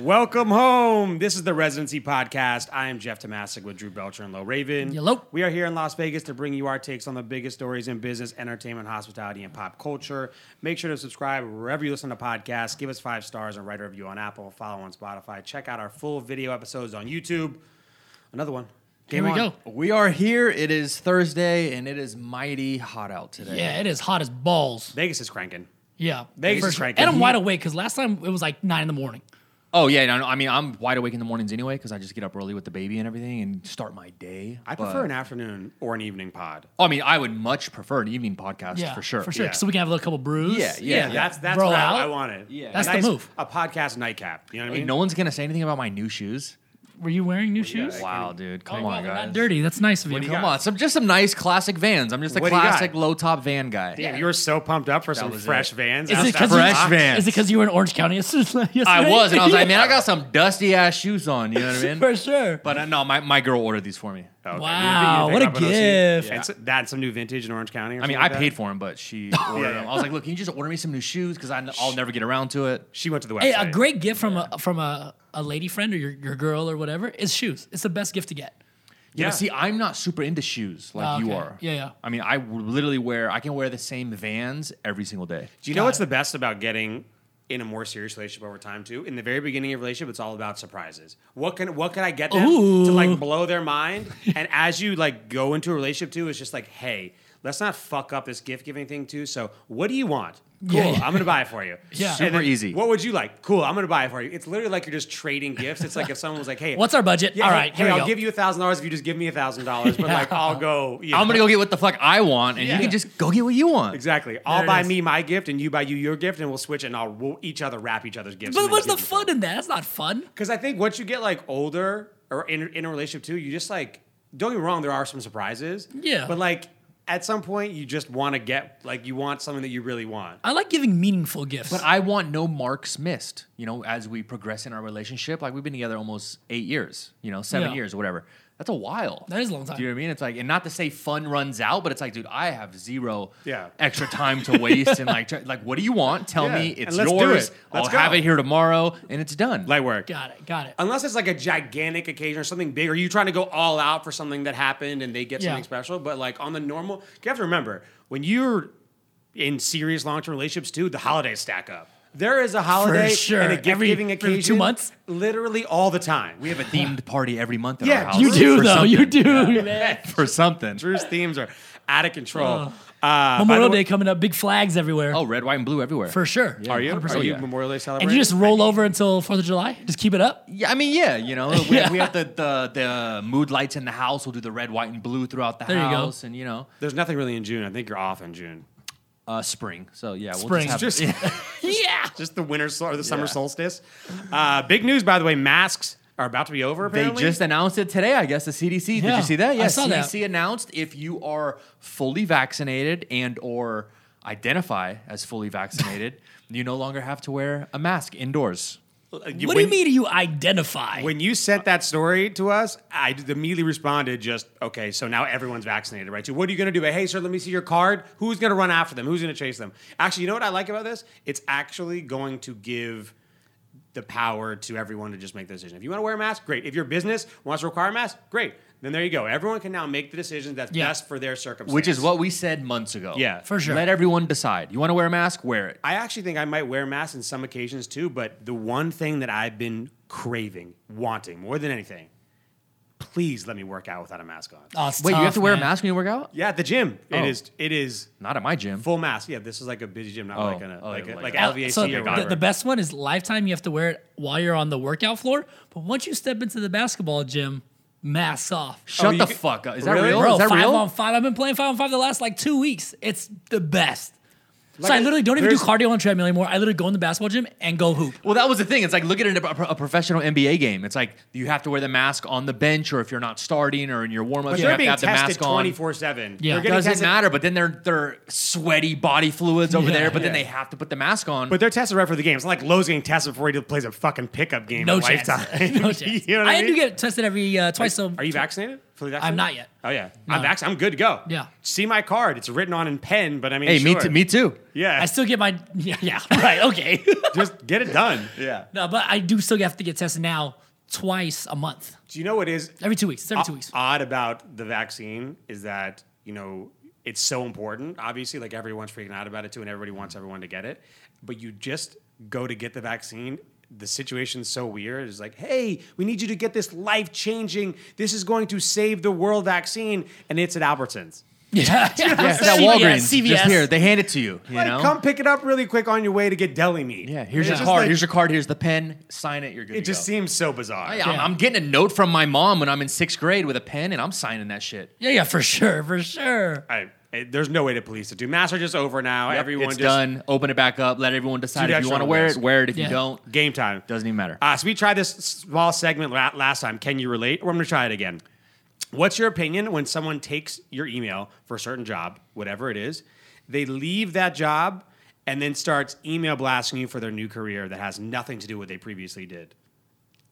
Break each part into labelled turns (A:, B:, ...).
A: Welcome home. This is the Residency Podcast. I am Jeff Tomasic with Drew Belcher and Low Raven.
B: Hello.
A: We are here in Las Vegas to bring you our takes on the biggest stories in business, entertainment, hospitality, and pop culture. Make sure to subscribe wherever you listen to podcasts. Give us five stars and write a review on Apple. Follow on Spotify. Check out our full video episodes on YouTube. Another one.
B: Here we go.
C: We are here. It is Thursday, and it is mighty hot out today.
B: Yeah, it is hot as balls.
A: Vegas is cranking.
B: Yeah,
A: Vegas
B: for
A: is
B: sure.
A: cranking.
B: And I'm wide awake because last time it was like nine in the morning.
C: Oh yeah. No, no, I mean, I'm wide awake in the mornings anyway because I just get up early with the baby and everything and start my day.
A: I
C: but-
A: prefer an afternoon or an evening pod.
C: Oh, I mean, I would much prefer an evening podcast
B: Yeah,
C: for sure.
B: for sure.
A: Yeah.
B: So we can have a little couple brews.
C: Yeah, yeah.
A: that's that's
B: Bro
A: what
B: out?
A: I, I wanted.
C: Yeah.
B: That's
A: a
B: the move.
A: A podcast nightcap. You know what I
C: Hey,
A: mean?
C: no one's gonna say anything about my new shoes.
B: Were you wearing new shoes?
C: Wow, dude. Come
B: Oh, wow,
C: on,
B: they're
C: guys.
B: Not dirty. That's nice of you.
A: do you
C: Come
A: got?
C: on. Some just some nice classic Vans. I'm just a
A: What do you got?
C: classic low top Van guy.
A: Damn, you were so pumped up for some
C: was
A: fresh
C: it.
A: vans.
B: Is
A: out
B: it
A: that
B: 'cause you-
A: box.
C: Fresh Vans.
B: Is it because you were in Orange County yesterday?
C: I was, and I was like,
B: Yeah,
C: man, I got some dusty ass shoes on. You know what I mean?
B: for sure.
C: But uh, no, my, my girl ordered these for me.
A: Okay.
B: Wow,
A: You- you
B: what a
A: pick up an OC?
B: gift.
A: And so- that's some new vintage in Orange County. Or
C: I mean,
A: something
C: I
A: like that?
C: paid for them, but she ordered them. I was like, look, can you just order me some new shoes? Because I'll never get around to it.
A: She went to the website.
B: Hey, a great gift from a from a, a lady friend or your, your girl or whatever is shoes. It's the best gift to get.
C: Yeah.
A: Yeah.
C: but see, I'm not super into shoes like
B: Oh,
C: you
B: okay.
C: are.
B: Yeah, yeah.
C: I mean, I w- literally wear, I can wear the same vans every single day.
A: Do you know what's the best about getting in a more serious relationship over time too? In the very beginning of a relationship, it's all about surprises. What can what can I get them to
B: Ooh.
A: like blow their mind? and as you like go into a relationship too, it's just like, hey, let's not fuck up this gift giving thing too. So what do you want? Cool,
B: Yeah, yeah.
A: I'm gonna buy it for you.
B: Yeah.
A: And
C: Super easy.
A: What would you like? Cool, I'm gonna buy it for you. It's literally like you're just trading gifts. It's like if someone was like, hey,
B: What's our budget? All
A: hey-
B: right,
A: hey,
B: here we
A: I'll
B: go.
A: give you a thousand dollars if you just give me a thousand dollars. But like, I'll go. you
C: I'm
A: know.
C: going to go get what the fuck I want, and
B: Yeah.
C: you can just go get what you want.
A: Exactly. I'll
B: it
A: buy
B: is.
A: me my gift, and you buy you your gift, and we'll switch, and I'll we'll each other wrap each other's gifts.
B: But what's the fun in that? That's not fun.
A: Because I think once you get like older or in, in a relationship too, you just like don't get me wrong, there are some surprises.
B: Yeah.
A: But like at some point, you just want to get like you want something that you really want.
B: I like giving meaningful gifts.
C: But I want no marks missed, you know, as we progress in our relationship. Like, we've been together almost eight years, you know, seven
B: Yeah.
C: years or whatever. That's a while.
B: That is a long time.
C: Do you know what I mean? It's like, and not to say fun runs out, but it's like, dude, I have zero
A: Yeah.
C: extra time to waste. and like, try- like, what do you want? Tell
A: Yeah.
C: me,
A: And
C: it's
A: let's do
C: yours.
A: it.
C: I'll
A: Let's
C: have
A: go.
C: it here tomorrow, and it's done.
A: Light work.
B: got it. Got it.
A: Unless it's like a gigantic occasion or something big, or you trying to go all out for something that happened and they get
B: Yeah.
A: something special. But like on the normal, you have to remember when you're in serious long term relationships too, the holidays stack up. There is a holiday
B: sure.
A: and a gift
B: Every-
A: giving
B: for two
A: occasion
B: months?
A: literally all the time.
C: we have a themed party every month at
A: Yeah,
C: our house.
B: You do
C: for
B: though. You
C: something.
B: do, man.
C: For something.
A: Drew's themes are out of control. Uh,
B: Oh. Memorial
A: way-
B: Day coming up. Big flags everywhere.
C: Oh, red, white, and blue everywhere.
B: for sure.
A: are you? Are
B: 100%.
A: you
C: yeah.
A: Memorial Day celebrating?
B: And you just roll over until Fourth of July. Just keep it up.
C: Yeah, I mean, yeah, you know, we, we have the, the the mood lights in the house. We'll do the red, white, and blue throughout the
B: There you go.
C: house, and you know,
A: There's nothing really in June. I think you're off in June.
C: uh, spring. So yeah, we'll
B: Spring.
C: Just
A: Just,
C: have,
B: Yeah.
A: just the winter sol- or the summer
C: Yeah.
A: solstice. Uh, big news, by the way. Masks are about to be over.
C: they
A: Apparently, Uh,
C: just announced it today. I guess the CDC. Did
B: Yeah,
C: you see that?
B: I
C: Yeah,
B: saw that.
C: CDC announced if you are fully vaccinated and or identify as fully vaccinated, you no longer have to wear a mask indoors.
A: What
B: What do you mean? Do you identify?
A: When you sent that story to us, I d- immediately responded, just, okay, so now everyone's vaccinated, right? So what are you going to do? Hey, sir, let me see your card. Who's going to run after them? Who's going to chase them? Actually, you know what I like about this? It's actually going to give the power to everyone to just make the decision. If you want to wear a mask, great. If your business wants to require a mask, great. Then there you go. Everyone can now make the decision that's
B: Yeah.
A: best for their circumstance.
C: Which is what we said months ago.
A: Yeah.
B: For sure.
C: Let everyone decide. You want to wear a mask? Wear it.
A: I actually think I might wear masks in some occasions too, but the one thing that I've been craving, wanting more than anything, please let me work out without a mask on.
B: Oh, it's
C: Wait, you have
B: tough,
C: to wear a
B: man.
C: mask when you work out?
A: Yeah, at the gym. It
C: Oh.
A: is. It is
C: Not at my gym.
A: full mask. Yeah, this is like a busy gym, not
C: Oh.
A: like a
C: Oh,
A: like a,
C: yeah, like
A: like
C: a-
B: Uh,
A: LVAC
B: so
A: or
B: the,
A: whatever.
B: the best one is lifetime. You have to wear it while you're on the workout floor. But once you step into the basketball gym, masks off.
A: Oh,
C: Shut
A: you
C: the
A: can-
C: fuck up. Is that
A: Really?
C: real?
B: Bro,
C: Is that
B: five
C: real?
B: on five. I've been playing five on five the last like two weeks. It's the best.
A: Like,
B: so I literally don't even do
A: there's-
B: cardio on treadmill anymore. I literally go in the basketball gym and go hoop.
C: Well, that was the thing. It's like looking at a, a professional NBA game. It's like you have to wear the mask on the bench, or if you're not starting or in your warm up,
A: But
C: you
A: they're
C: have to
A: being
C: have the
A: tested
C: mask on.
A: twenty
C: It
A: four seven.
B: Yeah.
A: they're getting
C: doesn't
A: tested,
C: matter, but then they're they're sweaty body fluids over
B: Yeah.
C: there, but then
A: Yeah.
C: they have to put the mask on.
A: But they're tested right for the game. It's not like Lowe's getting tested before he plays a fucking pickup game.
B: No
A: in
B: chance.
A: Lifetime.
B: no chance.
A: you know what
B: I
A: I
B: had
A: mean?
B: to get tested every uh, twice. so
A: Are you vaccinated? Fully vaccinated?
B: I'm not yet.
A: Oh yeah,
B: No.
A: I'm vaccinated. I'm good to go.
B: Yeah.
A: See my card. It's written on in pen, but I mean,
C: Hey, me
A: sure.
C: too. Me too.
A: Yeah.
B: I still get my yeah, yeah right okay.
A: just get it done. Yeah.
B: no, but I do still have to get tested now twice a month,
A: Do you know what is
B: every two weeks. It's every
A: Uh,
B: two weeks.
A: odd about the vaccine is that you know it's so important. Obviously, like everyone's freaking out about it too, and everybody wants everyone to get it. But you just go to get the vaccine. The situation's so weird. It's like, hey, we need you to get this life changing. This is going to save the world vaccine, and it's at Albertsons.
B: Yeah,
C: Yeah, it's
B: CVS,
C: at Walgreens.
B: CVS.
C: Just here. They hand it to you. You
A: like,
C: know.
A: come pick it up really quick on your way to get deli meat.
C: yeah. Here's
A: It's
C: your
A: just
C: card.
A: like-
C: here's your card. Here's the pen. Sign it. You're good.
A: It
C: to
A: just
C: go. Oh,
A: seems so bizarre.
C: I'm,
B: Yeah.
C: I'm getting a note from my mom when I'm in sixth grade with a pen, and I'm signing that shit.
B: yeah, yeah, for sure, for sure.
A: I, I- there's no way to police it. Dude, masks are just over now. Everyone
C: it's
A: just
C: done. Open it back up. Let everyone decide
A: Dude,
C: if
A: extra
C: you want to wear
A: risk.
C: it. Wear it. If
B: Yeah.
C: you don't,
A: game time.
C: doesn't even matter.
A: Uh, so we tried this small segment la- last time. Can you relate? We're going to try it again. What's your opinion when someone takes your email for a certain job, whatever it is, they leave that job and then starts email blasting you for their new career that has nothing to do with what they previously did?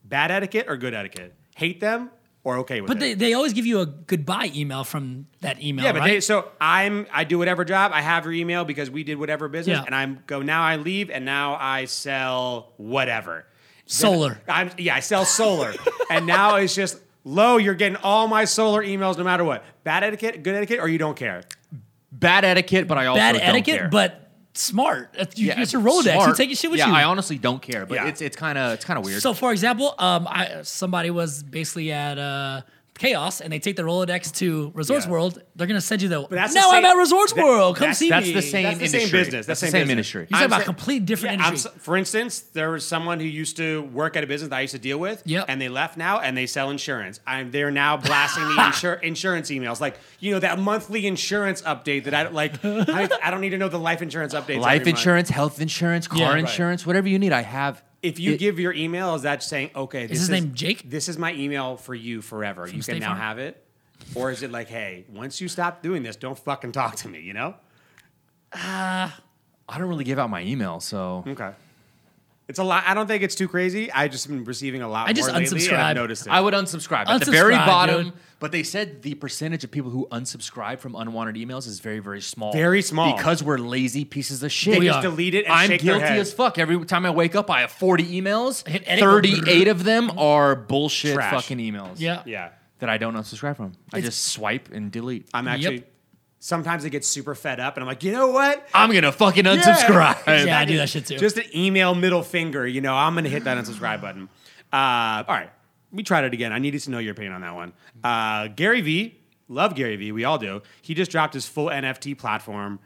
A: Bad etiquette or good etiquette? Hate them or okay with
B: But
A: it?
B: they, they always give you a goodbye email from that email,
A: Yeah, but
B: right?
A: they, so I'm I do whatever job I have your email because we did whatever business
B: Yeah.
A: and I'm go now I leave and now I sell whatever
B: Solar.
A: Then I'm yeah I sell solar and now it's just low you're getting all my solar emails no matter what bad etiquette good etiquette or you don't care
C: Bad etiquette, but I also
B: Bad
C: don't
B: etiquette,
C: care.
B: but smart. That's- You,
C: Yeah,
B: it's a Rolodex. You
C: smart.
B: take your shit with
C: yeah,
B: you.
C: I honestly don't care, but
A: Yeah.
C: it's it's kind of it's kind of weird.
B: So, for example, um, I, somebody was basically at uh, Chaos, and they take the Rolodex to Resorts
A: Yeah.
B: World. They're gonna send you the.
A: But that's the
B: no, I'm
A: same-
B: at Resorts
A: that-
B: World. Come
A: that's-
B: see
C: that's
B: me.
C: the same
A: That's the same
C: industry.
A: business. That's
C: the same, industry.
B: You're talking about
A: sa-
B: a complete different
A: I'm
B: industry.
A: s- for instance, there was someone who used to work at a business that I used to deal with,
B: Yep.
A: and they left now and they sell insurance. I'm they're now blasting me insur- insurance emails, like you know that monthly insurance update that I don't like. I, I don't need to know the life insurance updates.
C: Life
A: every month.
C: insurance, health insurance, car
B: Yeah. Right.
C: insurance, whatever you need, I have.
A: If you
C: It-
A: give your email, is that saying okay? This
B: his name Jake?
A: This is my email for you forever. you
B: State
A: can now
B: Farm?
A: have it, or is it like, hey, once you stop doing this, don't fucking talk to me. You know?
C: I don't really give out my email, so
B: Mm.
A: Okay. It's a lot. I don't think it's too crazy. I've just been receiving a lot.
B: I just
A: more lately, and
B: unsubscribe.
A: I've noticed it.
C: I would unsubscribe at the very
B: Unsubscribe,
C: bottom.
B: dude.
C: But they said the percentage of people who unsubscribe from unwanted emails is very, very small.
A: Very small.
C: because we're lazy pieces of shit.
A: They
B: We
A: just
B: are.
A: delete it and
C: I'm
A: shake
C: guilty
A: their head.
C: as fuck. Every time I wake up, I have 40 emails.
B: Hit edit.
C: 38 of them are bullshit
A: Trash.
C: fucking emails.
B: yeah.
A: yeah.
C: That I don't unsubscribe from. I
B: It's-
C: just swipe and delete.
A: I'm
B: Yep.
A: actually sometimes I get super fed up and I'm like, you know what?
C: I'm gonna fucking unsubscribe.
B: Yeah, I do that shit too.
A: Just an email middle finger, you know, I'm gonna hit that unsubscribe button. Uh, all right. We tried it again. I needed to know your opinion on that one. Uh, Gary V, love Gary V, we all do. He just dropped his full NFT platform.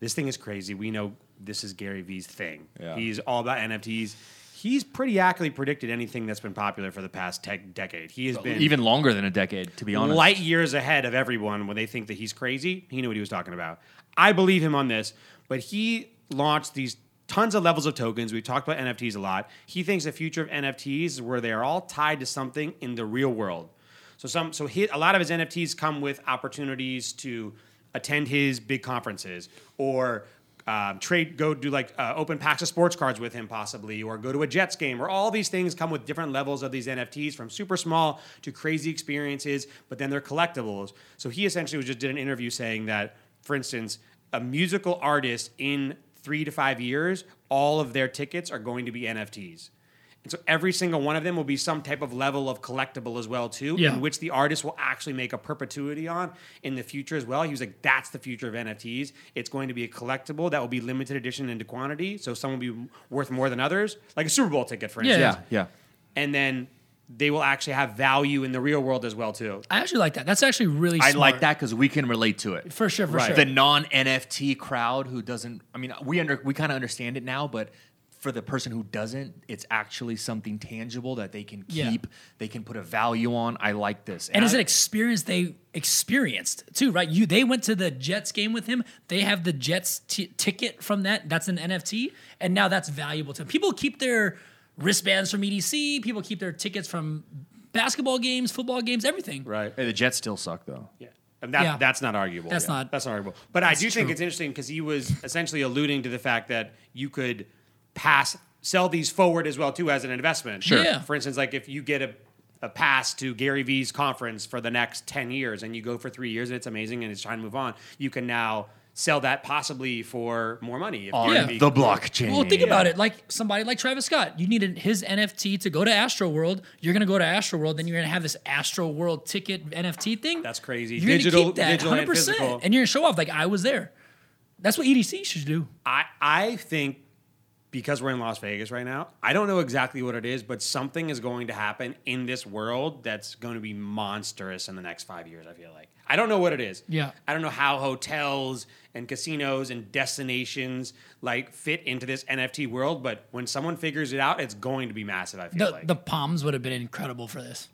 A: This thing is crazy. We know this is Gary V's thing.
C: Yeah.
A: He's all about NFTs. He's pretty accurately predicted anything that's been popular for the past tech decade. He has been
C: Even longer than a decade, to be honest.
A: light years ahead of everyone when they think that he's crazy. He knew what he was talking about. I believe him on this, but he launched these tons of levels of tokens. We've talked about NFTs a lot. He thinks the future of NFTs is where they are all tied to something in the real world. So some so he, a lot of his NFTs come with opportunities to attend his big conferences or um, trade go do like uh, open packs of sports cards with him possibly or go to a jets game or all these things come with different levels of these nfts from super small to crazy experiences but then they're collectibles so he essentially was just did an interview saying that for instance a musical artist in three to five years all of their tickets are going to be nfts and so every single one of them will be some type of level of collectible as well too
B: Yeah.
A: in which the artist will actually make a perpetuity on in the future as well he was like that's the future of nfts it's going to be a collectible that will be limited edition into quantity so some will be worth more than others like a super bowl ticket for instance
C: Yeah, yeah.
A: and then they will actually have value in the real world as well too
B: I actually like that. That's actually really.
C: I
B: Smart.
C: like that because we can relate to it.
B: for sure. For sure.
C: The non NFT crowd who doesn't, I mean, we under we kind of understand it now, but for the person who doesn't, it's actually something tangible that they can
B: Yeah.
C: keep, they can put a value on. I like this.
B: and it's
C: I-
B: an experience they experienced too, right? You they went to the Jets game with him. They have the Jets t- ticket from that. That's an NFT, and now that's valuable to them. People keep their wristbands from EDC. People keep their tickets from basketball games, football games, everything.
A: right
C: Hey, the Jets still suck though.
A: Yeah. And that,
B: Yeah.
A: that's not arguable.
B: That's
A: Yeah.
B: not-
A: That's not arguable. But I do think
B: true.
A: it's interesting because he was essentially alluding to the fact that you could pass sell these forward as well too as an investment.
B: Sure. Yeah.
A: For instance, like if you get a a pass to Gary Vee's conference for the next 10 years and you go for three years and it's amazing and it's trying to move on, you can now sell that possibly for more money. If
C: on
A: Gary Vee-
C: the blockchain.
B: Well, think about it. Like somebody like Travis Scott, you needed his NFT to go to Astro World. You're gonna go to Astro World, then you're gonna have this Astro World ticket NFT thing.
A: That's crazy.
B: You're gonna
A: Digital-
B: keep that
A: digital and
B: 100%,
A: physical.
B: and you're gonna show off like I was there. That's what EDC should do.
A: I, I think because we're in Las Vegas right now, I don't know exactly what it is, but something is going to happen in this world that's going to be monstrous in the next five years. I feel like I don't know what it is.
B: Yeah.
A: I don't know how hotels and casinos and destinations like fit into this NFT world, but when someone figures it out, it's going to be massive. I feel
B: The
A: like
B: the Palms would have been incredible for this,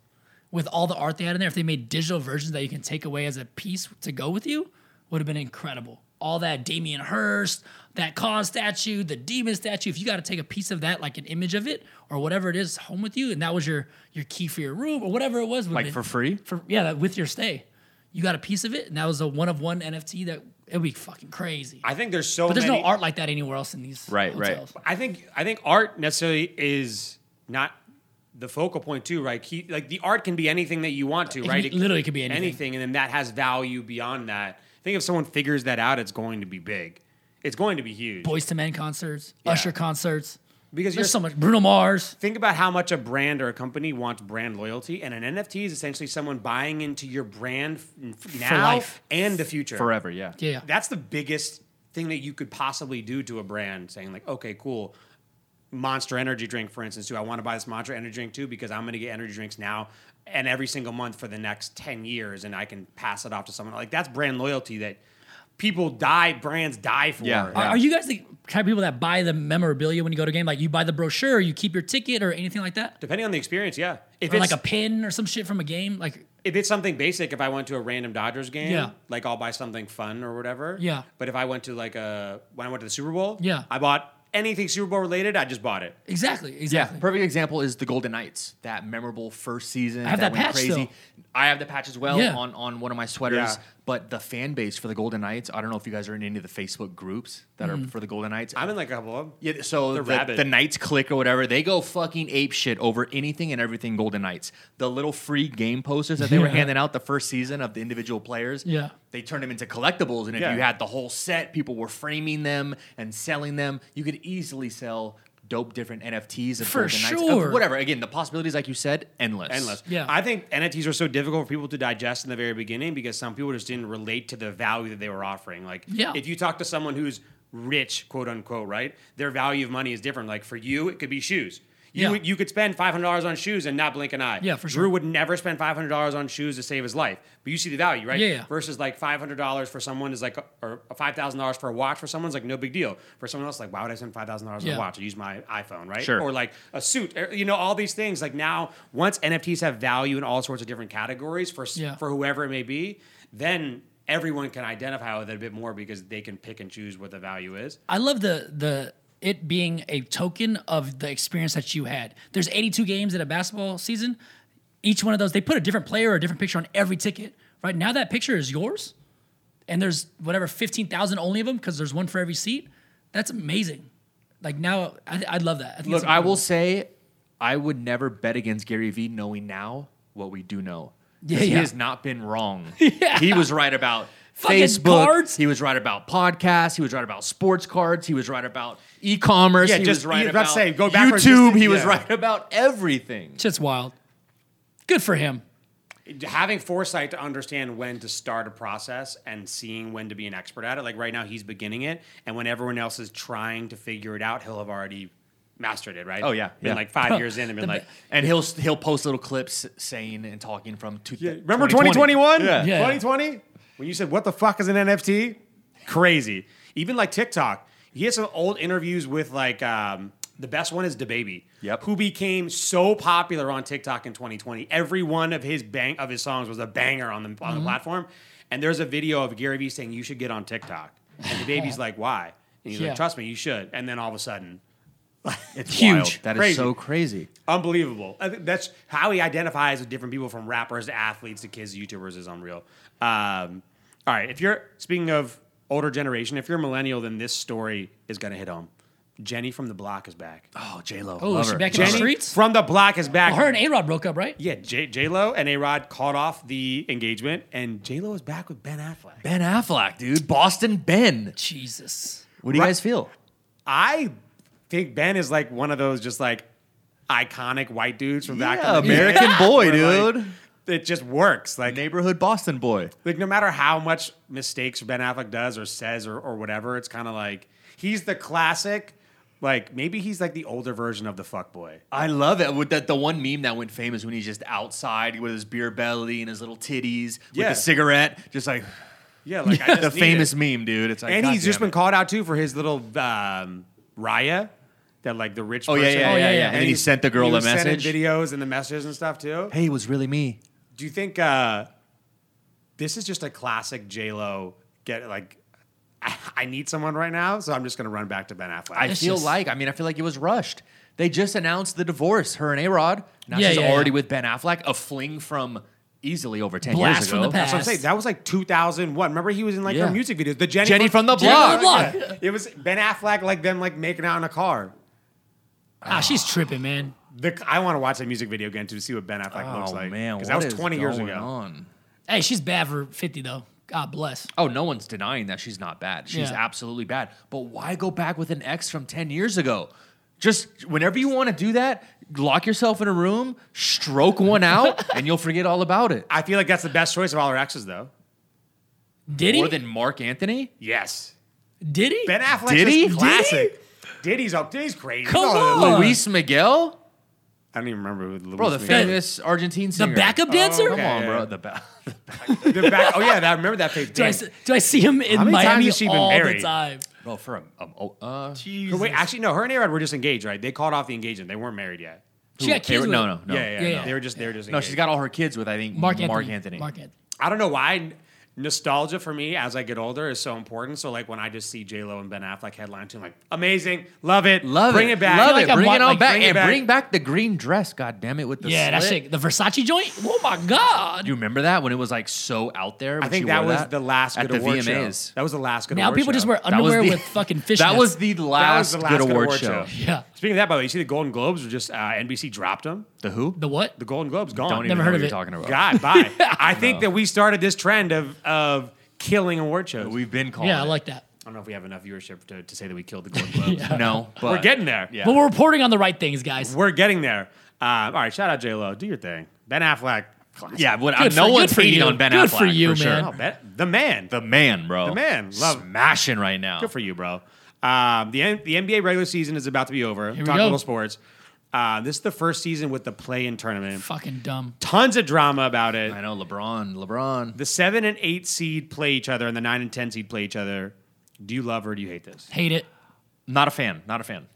B: with all the art they had in there. If they made digital versions that you can take away as a piece to go with you, would have been incredible. All that Damien Hirst, that Cause statue, the Demon statue. If you got to take a piece of that, like an image of it or whatever it is, home with you, and that was your your key for your room or whatever it was, would've
C: Like
B: been-
C: for free?
B: for yeah, that, with your stay, you got a piece of it, and that was a one of one NFT. That it would be fucking crazy.
A: I think there's so
B: but there's
A: many,
B: no art like that anywhere else in these
C: Right, right.
B: hotels.
A: I think I think art necessarily is not the focal point too, right? He, like the art can be anything that you want to,
B: It
A: right?
B: can- literally could be anything.
A: and then that has value beyond that. I think if someone figures that out, it's going to be big. It's going to be huge
B: Boys to Men concerts, Usher concerts.
A: because you're
B: There's so much Bruno Mars.
A: think about how much a brand or a company wants brand loyalty, and an NFT is essentially someone buying into your brand f- now
B: life.
A: and the future
C: Forever, yeah.
B: Yeah,
A: that's the biggest thing that you could possibly do to a brand saying like okay cool monster energy drink for instance too i want to buy this monster energy drink too because i'm going to get energy drinks now and every single month for the next 10 years and i can pass it off to someone like that's brand loyalty that people die brands die for
C: Yeah.
B: Are, are you guys the kind of people that buy the memorabilia when you go to a game? Like you buy the brochure, you keep your ticket, or anything like that,
A: depending on the experience yeah if
B: or
A: it's
B: like a pin or some shit from a game. Like
A: if it's something basic, if I went to a random Dodgers game,
B: Yeah.
A: like I'll buy something fun or whatever.
B: Yeah.
A: But if I went to like a when I went to the Super Bowl,
B: Yeah.
A: I bought anything Super Bowl related. I just bought it.
B: exactly,
C: Yeah,
B: exactly.
C: perfect example is the Golden Knights. That memorable first season.
B: I have that
C: went
B: patch,
C: crazy.
B: though.
C: I have the patch as well
B: Yeah.
C: on, on one of my sweaters.
A: Yeah.
C: But the fan base for the Golden Knights, I don't know if you guys are in any of the Facebook groups that
B: Mm.
C: are for the Golden Knights.
A: I'm in like a couple of them.
C: Yeah, so
A: They're
C: the,
A: rabid.
C: the Knights click or whatever, they go fucking ape shit over anything and everything Golden Knights. The little free game posters that they were
B: Yeah.
C: handing out the first season of the individual players,
B: Yeah.
C: they turned them into collectibles. And if
A: Yeah.
C: you had the whole set, people were framing them and selling them. You could easily sell dope different NFTs of
B: For
C: Golden Knights. of
B: sure.
C: whatever. Again, the possibilities, like you said, endless.
A: endless.
B: Yeah.
A: I think NFTs are so difficult for people to digest in the very beginning because some people just didn't relate to the value that they were offering. Like,
B: Yeah.
A: if you talk to someone who's rich, quote unquote, right, their value of money is different. Like for you, it could be shoes. You,
B: Yeah.
A: would- you could spend five hundred dollars on shoes and not blink an eye.
B: Yeah, for sure.
A: Drew would never spend five hundred dollars on shoes to save his life, but you see the value, right?
B: Yeah, yeah.
A: Versus like five hundred dollars for someone is like, or five thousand dollars for a watch for someone's like no big deal. For someone else, like why would I spend five thousand dollars on
B: Yeah.
A: a watch? I use my iPhone, right?
C: Sure.
A: Or like a suit, or, you know, all these things. Like now, once NFTs have value in all sorts of different categories for s-
B: Yeah.
A: for whoever it may be, then everyone can identify with it a bit more because they can pick and choose what the value is.
B: I love the the it being a token of the experience that you had. There's 82 games in a basketball season. Each one of those, they put a different player or a different picture on every ticket. Right now, that picture is yours, and there's whatever 15,000 only of them because there's one for every seat. That's amazing. Like now, I, I love that. I think
C: Look,
B: it's
C: I will say, I would never bet against Gary Vee knowing now what we do know. 'Cause
B: Yeah,
C: he
B: yeah.
C: has not been wrong.
B: Yeah.
C: He was right about
B: Fucking
C: Facebook.
B: cards.
C: He was right about podcasts. He was right about sports cards. He was right about e-commerce.
A: Yeah,
C: he
A: just-
C: was right
A: you was about
C: about
A: to say, go backwards,
C: YouTube.
A: just-
C: he was
A: yeah.
C: right about everything.
B: shit's wild. Good for him.
A: Having foresight to understand when to start a process and seeing when to be an expert at it. Like right now, he's beginning it, and when everyone else is trying to figure it out, he'll have already mastered it, right?
C: Oh, yeah,
A: been
C: yeah.
A: like five years in and been
B: The-
A: like.
C: And he'll he'll post little clips saying and talking from two,
A: Remember 2021?
C: Yeah.
B: Yeah.
A: 2020? When you said, what the fuck is an NFT? Crazy. Even like TikTok. He had some old interviews with like, um, the best one is DaBaby,
C: Yep.
A: who became so popular on TikTok in 2020. Every one of his bang of his songs was a banger on the, on
B: Mm-hmm.
A: the platform. And there's a video of Gary Vee saying, you should get on TikTok. And the baby's like, why? And he's
B: Yeah.
A: like, trust me, you should. And then all of a sudden,
C: It's
B: Huge.
C: wild. That is
A: Crazy.
C: so crazy.
A: Unbelievable. I think that's how he identifies with different people from rappers to athletes to kids to YouTubers is unreal. Um, all right. If you're speaking of older generation, if you're a millennial, then this story is going to hit home Jenny from the Block is back.
C: Oh, J Lo.
B: Oh, is she back in the
A: Jenny
B: streets?
A: from the Block is back.
B: Well, her and A Rod broke up, right?
A: yeah, J Lo and A Rod caught off the engagement, and J Lo is back with Ben Affleck.
C: Ben Affleck, dude. Boston Ben.
B: Jesus.
C: What do you
A: Right.
C: guys feel?
A: I think Ben is like one of those just like iconic white dudes from back in
C: Yeah,
A: the day.
C: American boy,
A: Where, like,
C: dude.
A: it just works. Like,
C: Neighborhood Boston boy.
A: like no matter how much mistakes Ben Affleck does or says or, or whatever, it's kind of like he's the classic. Like maybe he's like the older version of the fuck boy.
C: I love it. With that, the one meme that went famous when he's just outside with his beer belly and his little titties with
A: Yeah.
C: a cigarette, just like
A: Yeah, like I just
C: the
A: need
C: famous
A: it.
C: meme, dude. It's like,
A: And
C: God
A: he's just
C: damn
A: been
C: it.
A: called out too for his little um, Raya, that like the rich.
C: Oh, yeah,
A: person.
C: yeah,
B: Oh, yeah, yeah. yeah.
C: And then he
A: he's-
C: sent the girl
A: he
C: a
A: was sending
C: message.
A: videos and the messages and stuff too.
C: Hey, it was really me.
A: Do you think uh, this is just a classic J Lo get like? I, I need someone right now, so I'm just gonna run back to Ben Affleck.
C: I
B: It's
C: feel
B: just-
C: like I mean I feel like it was rushed. They just announced the divorce, her and A Rod. Now
B: Yeah,
C: she's
B: yeah,
C: already
B: yeah.
C: with Ben Affleck, a fling from easily over ten
B: Blast
C: years
B: from
C: ago.
B: the past.
A: That's what I'm saying. That was like 2001. Remember, he was in like
C: Yeah.
A: her music videos. The Jenny,
C: Jenny from the
B: Jenny
C: block.
B: from the block.
A: Yeah. It was Ben Affleck, like them, like making out in a car.
B: Ah, she's tripping, man.
A: The, I want to watch that music video again to see what Ben Affleck looks
C: Oh
A: like.
C: man,
A: because that
C: what
A: was
C: is
A: 20 years
C: going
A: ago.
C: on?
B: Hey, she's bad for 50, though. God bless.
C: Oh, no one's denying that she's not bad. She's
B: Yeah.
C: absolutely bad. But why go back with an ex from 10 years ago? Just whenever you want to do that, lock yourself in a room, stroke one out, and you'll forget all about it.
A: I feel like that's the best choice of all her exes, though.
B: Did
C: More
B: he?
C: than Mark Anthony?
A: Yes,
B: Did he?
A: Ben Affleck's
C: Did
A: just
C: he? Did
A: classic. Diddy's up. Diddy's crazy.
B: Come
A: Oh,
B: on.
C: Luis Miguel?
A: I don't even remember. Who Luis
C: Bro, the
A: Miguel-
C: famous Argentine
B: the
C: singer.
B: backup dancer?
C: Oh, Come on,
A: Yeah,
C: bro.
A: yeah.
C: The ba-
A: the back. Oh yeah, that, I remember that face.
B: Do I,
A: Damn.
B: s- do I see him in
A: How many times
B: Miami
A: has she been
B: all
A: married?
B: the time?
C: Bro, for a, um, oh, uh,
A: Or Wait, actually, no. Her and Arod were just engaged, right? They called off the engagement. They weren't married yet.
B: She got kids
C: Hey,
B: with
C: no,
B: him.
C: no, no.
A: Yeah, yeah,
B: Yeah,
A: no.
B: yeah.
A: They were just they were just
C: No, she's
A: engaged.
C: got all her kids with I think
B: Mark Anthony.
C: Mark
B: Mark
C: Anthony.
B: Anthony.
A: I don't know why nostalgia for me as I get older is so important. So like when I just see J Lo and Ben Affleck headline too, I'm like amazing, love it,
C: Love
A: bring
C: it.
A: it, back,
C: Love
B: Like
C: it.
B: I'm
C: Bring
B: wa-
C: it on
B: like,
C: back.
A: bring it
C: and
A: back.
C: bring back the green dress, god damn it, with the
B: Yeah, that's
C: slit.
B: it. The Versace joint? Oh, my God.
C: Do you remember that when it was like so out
A: "Oh,
C: there?
A: I
C: when she
A: think that
C: wore
A: was the last
C: at
A: good
C: the
A: award
C: VMAs.
A: show. That was the last good
B: now
A: award
B: people just
A: show.
B: wear
C: That was
B: underwear
C: the-
B: with fucking fishnets.
C: That was the
A: That
C: last,
A: was the last
C: good, award, show.
B: Yeah.
A: Speaking of that, by the way, you see the Golden Globes were just uh, NBC dropped them.
C: The who?
B: The what?
A: The Golden Globes gone.
C: Don't even
B: Never
C: know
B: heard
C: what
B: of
C: you're
B: it.
C: talking about.
A: God, bye. I think that we started this trend of of killing award shows.
C: We've been called.
B: yeah, I like that.
A: I don't know if we have enough viewership to, to say that we killed the Golden Globes.
C: No, but
A: We're getting there.
C: Yeah.
B: But we're reporting on the right things, guys.
A: We're getting there. Um, all right, shout out J Lo. Do your thing. Ben Affleck. classic.
C: Yeah, what,
B: Good
C: no
B: for-
C: one's
B: good for
C: hating
B: you.
C: on Ben
B: Good
C: Affleck
B: for you,
C: sure.
B: man.
A: Oh, Ben, the man.
C: The man, bro.
A: The man. Love-
C: smashing right now.
A: Good for you, bro. Um, the N- the NBA regular season is about to be over.
B: we
A: Talk
B: go.
A: little sports. Uh, this is the first season with the play-in tournament.
B: Fucking dumb.
A: Tons of drama about it.
C: I know LeBron. LeBron.
A: The seven and eight seed play each other, and the nine and ten seed play each other. Do you love or do you hate this?
B: Hate it.
C: Not a fan. Not a fan.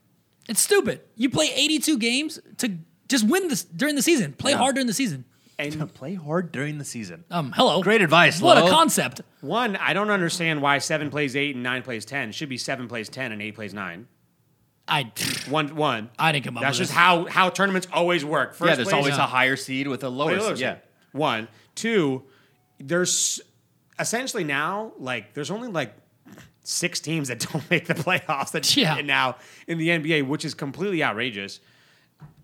B: It's stupid. You play 82 games to just win this during the season. Play hard during the season.
A: And
C: Play hard during the season.
B: Um, hello.
C: Great advice,
B: What
C: Lo.
B: a concept.
A: one, I don't understand why seven plays eight and nine plays ten. It should be seven plays ten and eight plays nine.
B: I,
A: One, one.
B: I didn't come up
A: That's
B: with
A: just
B: this.
A: how how tournaments always work. First
C: yeah, there's
A: place-
C: always a higher seed with a lower.
A: Wait,
C: seed.
A: listen.
C: Yeah.
A: One, two. There's essentially now like there's only like six teams that don't make the playoffs that
B: Yeah.
A: yeah. now in the NBA, which is completely outrageous.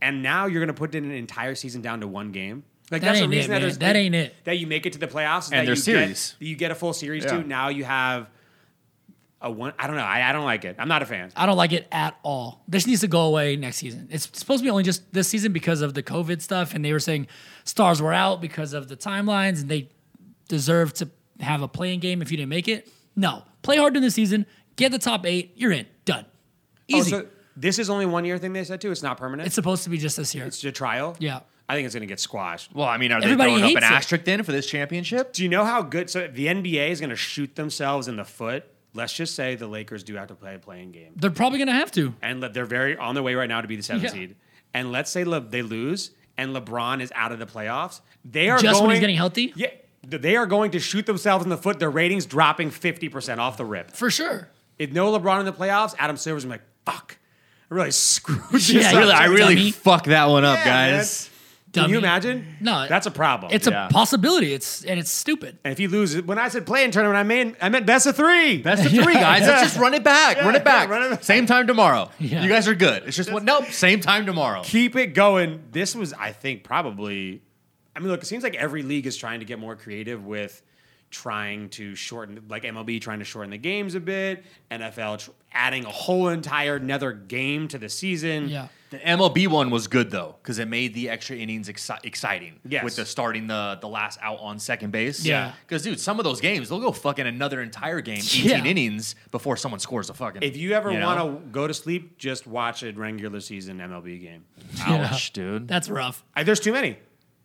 A: And now you're going to put in an entire season down to one game. Like
B: That
A: that's the
B: ain't it,
A: reason that
B: man.
A: there's
B: That ain't it.
A: that you make it to the playoffs is
C: And
A: that
C: there's
A: you get-
C: series.
A: you get a full series
C: Yeah.
A: too. Now you have a one. I don't know. I, I don't like it. I'm not a fan.
B: I don't like it at all. This needs to go away next season. It's supposed to be only just this season because of the COVID stuff, and they were saying stars were out because of the timelines, and they deserve to have a playing game if you didn't make it. No, play hard during the season, get the top eight, you're in, done, easy.
A: Also, Oh, this is only one year thing they said too. It's not permanent.
B: it's
A: It's,
B: supposed to be just this year.
A: a trial.
B: Yeah.
A: I think it's going to get squashed.
C: Well, I mean, are
B: Everybody
C: they throwing up
B: hates
C: an
B: it.
C: asterisk then for this championship?
A: Do you know how good? So if the NBA is going to shoot themselves in the foot. Let's just say the Lakers do have to play a playing game,
B: They're probably gonna have to.
A: and let, they're very on their way right now to be the seventh
B: Yeah.
A: seed. And let's say Le, they lose, and LeBron is out of the playoffs. They are
B: Just
A: going,
B: when he's getting healthy?
A: Yeah, th- they are going to shoot themselves in the foot. Their ratings dropping fifty percent off the rip.
B: For sure.
A: If no LeBron in the playoffs, Adam Silver's gonna be like, "Fuck, I really screwed this
B: Yeah,
A: up."
B: really, I
C: I
B: Dummy.
C: really fuck that one up,
A: Yeah, man.
C: guys.
A: Can
B: dummy.
A: you imagine?
B: No,
A: that's a problem.
B: It's
C: Yeah.
B: a possibility. It's and it's stupid.
A: and if you lose, when I said play in tournament, I mean I meant best of three.
C: Best of three, guys. Let's just run it back.
A: Yeah,
C: run it back.
A: yeah, run it back.
C: Same time tomorrow.
B: Yeah.
C: You guys are good. It's just one. Nope. Same time tomorrow.
A: keep it going. This was, I think, probably. I mean, look, it seems like every league is trying to get more creative with trying to shorten, like MLB trying to shorten the games a bit, NFL tr- adding a whole entire another game to the season.
B: Yeah.
C: The MLB one was good though because it made the extra innings exci- exciting.
A: Yes.
C: with the starting the the last out on second base.
B: Yeah.
C: because dude, some of those games they'll go fucking another entire game, eighteen
B: Yeah.
C: innings before someone scores a fucking.
A: If you ever
C: know?
A: want to go to sleep, just watch a regular season MLB game.
C: ouch, dude.
B: That's rough.
A: I, there's too many.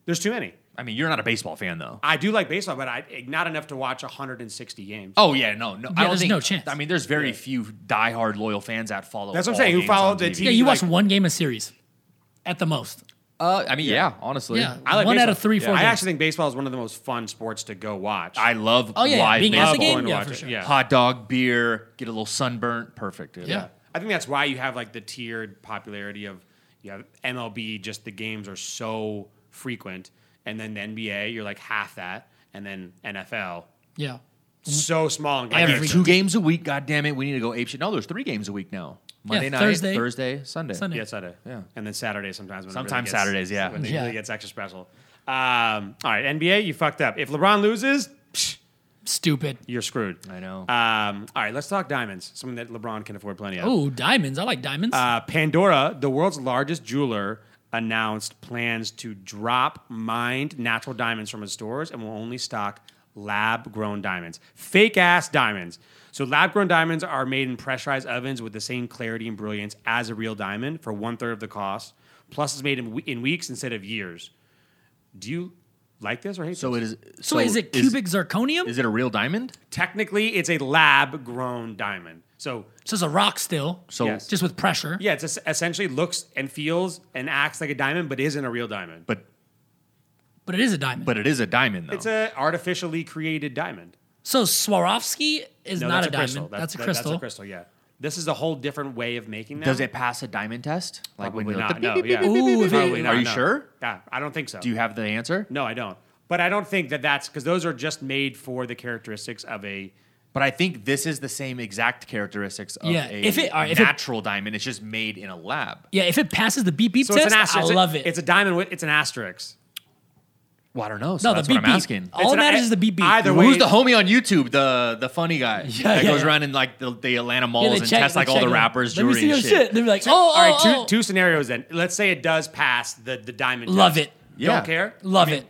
A: There's too many.
C: I mean, you're not a baseball fan though.
A: I do like baseball, but I not enough to watch 160 games.
C: Oh yeah, no, no. I don't
B: there's
C: think,
B: no chance.
C: I mean, there's very few diehard loyal fans that follow.
A: That's what I'm
C: all
A: saying, who
C: games on
A: follow the
C: TV.
A: team.
B: Yeah, you watch
A: like-
B: one game a series, at the most.
C: Uh, I mean, yeah, honestly,
B: Yeah.
A: I like
B: one out
A: baseball.
B: of three,
A: Yeah.
B: four
A: I
B: games.
A: actually think baseball is one of the most fun sports to go watch.
C: I love
B: Oh, yeah, yeah,
C: live
B: being at the
C: baseball.
A: love going
B: game,
A: to
B: yeah,
A: watch
B: for
A: it.
B: sure.
A: Yeah.
C: Hot dog, beer, get a little sunburnt. Perfect, dude.
B: Yeah.
A: I think that's why you have like the tiered popularity of you have MLB, just the games are so frequent, and then the NBA, you're like half that, and then NFL,
B: yeah.
A: so small. And
B: Every-
C: Every two games a week. God damn it, we need to go ape shit. No, there's three games a week now. Monday night,
B: Thursday.
C: Thursday, Sunday.
B: Sunday.
A: yeah, Saturday,
C: Yeah.
A: and then Saturday sometimes. When it
C: Sometimes
A: really gets-
C: Saturdays, yeah.
A: when it
B: Yeah.
A: really gets extra special. Um, all right, NBA, you fucked up. If LeBron loses, psh,
B: Stupid.
A: you're screwed.
C: I know.
A: Um, all right, let's talk diamonds. Something that LeBron can afford plenty of.
B: Oh, diamonds. I like diamonds.
A: Uh, Pandora, the world's largest jeweler, announced plans to drop mined natural diamonds from its stores and will only stock lab grown diamonds, fake ass diamonds. So, lab grown diamonds are made in pressurized ovens with the same clarity and brilliance as a real diamond for one third of the cost. Plus, it's made in, we- in weeks instead of years. Do you like this or hate
C: so
A: this?
C: it is.
B: so, is it cubic zirconium?
C: Is, it a real diamond?
A: Technically, it's a lab grown diamond. So,
B: so it's a rock still.
C: So
A: Yes.
B: just with pressure.
A: yeah, it's es- essentially looks and feels and acts like a diamond, but isn't a real diamond.
C: but
B: But it is a diamond.
C: but it is a diamond though.
A: It's an artificially created diamond.
B: so Swarovski is
A: No,
B: not
A: that's
B: a, diamond.
A: crystal.
B: That's,
A: that-
B: a crystal.
A: That's a crystal. Yeah. This is a whole different way of making that.
C: Does it pass a diamond test? Like
A: Probably
C: you're
A: not.
C: like,
A: No.
C: "Beep, beep,
A: Yeah.
C: beep, beep, beep,
B: Ooh,
C: beep,
B: if
C: beep."
B: it-
C: Are you
A: No.
C: sure?
A: Yeah, I don't think so.
C: Do you have the answer?
A: no, I don't. But I don't think that that's because those are just made for the characteristics of a.
C: But I think this is the same exact characteristics of
B: Yeah,
C: a
B: if it- all right, if it-
C: natural diamond. It's just made in a lab.
B: yeah, if it passes the beep beep
A: So
B: test,
A: it's an asterisk.
B: I
A: It's a-
B: love it.
A: It's a diamond. With, it's an asterisk.
C: Well, I don't know. So
B: no,
C: that's
B: the beep
C: what I'm
B: beep.
C: asking.
B: All
A: It's
B: that
A: an-
B: matters is the beep beep.
A: either way-
C: Who's the homie on YouTube? The the funny guy that
B: yeah,
C: goes
B: yeah.
C: around in like the, the Atlanta malls
B: Yeah, they
C: and
B: check-
C: tests
B: they
C: like all
B: check
C: the
B: it.
C: rappers,
B: Let me
C: jewelry,
B: see your
C: and
B: shit. They're like, oh,
A: All right, two
B: oh,
A: two scenarios then. Let's say it does pass the the diamond.
B: Love
A: test.
B: it.
C: Yeah.
A: Don't care.
B: oh. love it.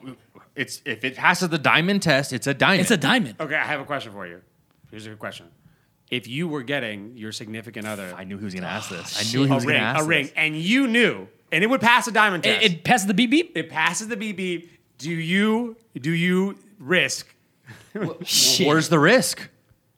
C: It's if it passes the diamond test, it's a diamond.
B: It's a diamond.
A: Okay, I have a question for you. Here's a good question. If you were getting your significant other
C: I knew he was gonna ask this. I knew he
A: a
C: was
A: ring,
C: gonna ask
A: a ring,
C: this.
A: and you knew, and it would pass a diamond test.
B: It, it passes the beep beep.
A: it passes the BB. Do you do you risk
B: Shit.
C: Where's the risk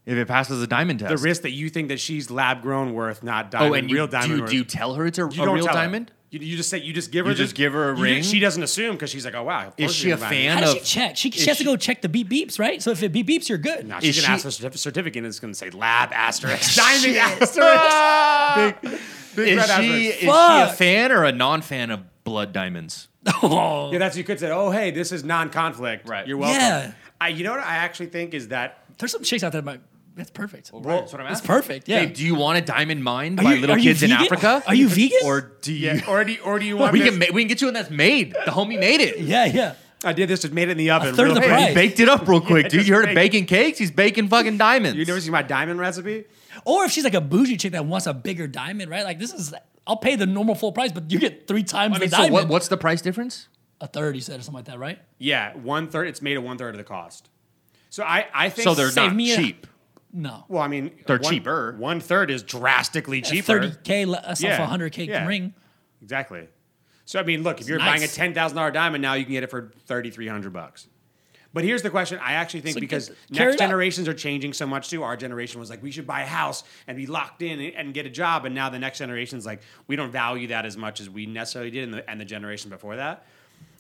C: if it passes the diamond test?
A: the risk that you think that she's lab grown worth, not
C: Oh,
A: diamond,
C: and you,
A: real diamond?
C: Do you,
A: worth?
C: do you tell her it's a,
A: You
C: a
A: don't
C: real
A: tell her.
C: diamond?
A: You, you just say you just give her.
C: You just
A: this-
C: give her a
A: you-
C: ring?
A: she doesn't assume because she's like, oh wow. of course
C: Is
A: you're
C: she a
A: gonna buy me.
C: fan?
B: How does she
C: of-
B: check? She, she
C: is
B: has
C: she-
B: to go check the beep beeps, right? So if it beep beeps, you're good.
A: No, she's
C: Is
A: gonna
C: she-
A: ask for a certif- certificate, and it's gonna say lab asterisk, diamond asterisk.
B: Ah!
A: Big, big
C: Is
A: red
C: she,
A: asterisk.
C: is she a
B: Fuck.
C: fan or a non-fan of blood diamonds?
A: Yeah, that's you could say. Oh, hey, this is non-conflict.
C: Right.
A: You're welcome.
B: Yeah.
A: I, you know what I actually think is that
B: There's some chicks out there that might. That's perfect.
C: Well, that's what I'm
B: That's
C: asking.
B: perfect. Yeah.
C: Babe, do you want a diamond mined
B: Are
C: by
B: you-
C: little
B: are you
C: kids in
B: vegan?
C: Africa?
B: Are you vegan?
C: Or do you?
A: yeah, or do you, or do you want?
C: we
A: this-
C: can ma- we can get you one that's made. The homie made it.
B: yeah, yeah.
A: I did this. Just made it in the oven.
B: third of
A: real
B: the
A: quick.
B: price.
C: He baked it up real quick, dude.
A: just
C: You heard of
A: baked
C: baking cakes? He's baking fucking diamonds.
A: You never seen my diamond recipe?
B: Or if she's like a bougie chick that wants a bigger diamond, right? Like this is, I'll pay the normal full price, but you get three times
C: I mean,
B: the
C: so
B: diamond.
C: what, what's the price difference?
B: A third, you said, or something like that, right?
A: Yeah, one third. It's made at one third of the cost. So I, I think.
C: So they're
B: Save
C: not
B: me a-
C: cheap.
B: No.
A: Well, I mean,
C: They're
A: one-
C: cheaper.
A: One third is drastically cheaper.
B: Thirty k, less
A: Yeah,
B: off a hundred k
A: yeah.
B: ring.
A: Exactly. So I mean, look, if you're
B: nice.
A: buying a ten thousand dollar diamond now, you can get it for thirty three hundred bucks. But here's the question: I actually think
B: So
A: because
B: get- carry
A: next
B: it up.
A: generations are changing so much too. Our generation was like, we should buy a house and be locked in and, and get a job, and now the next generation's like, we don't value that as much as we necessarily did, in the, and the generation before that.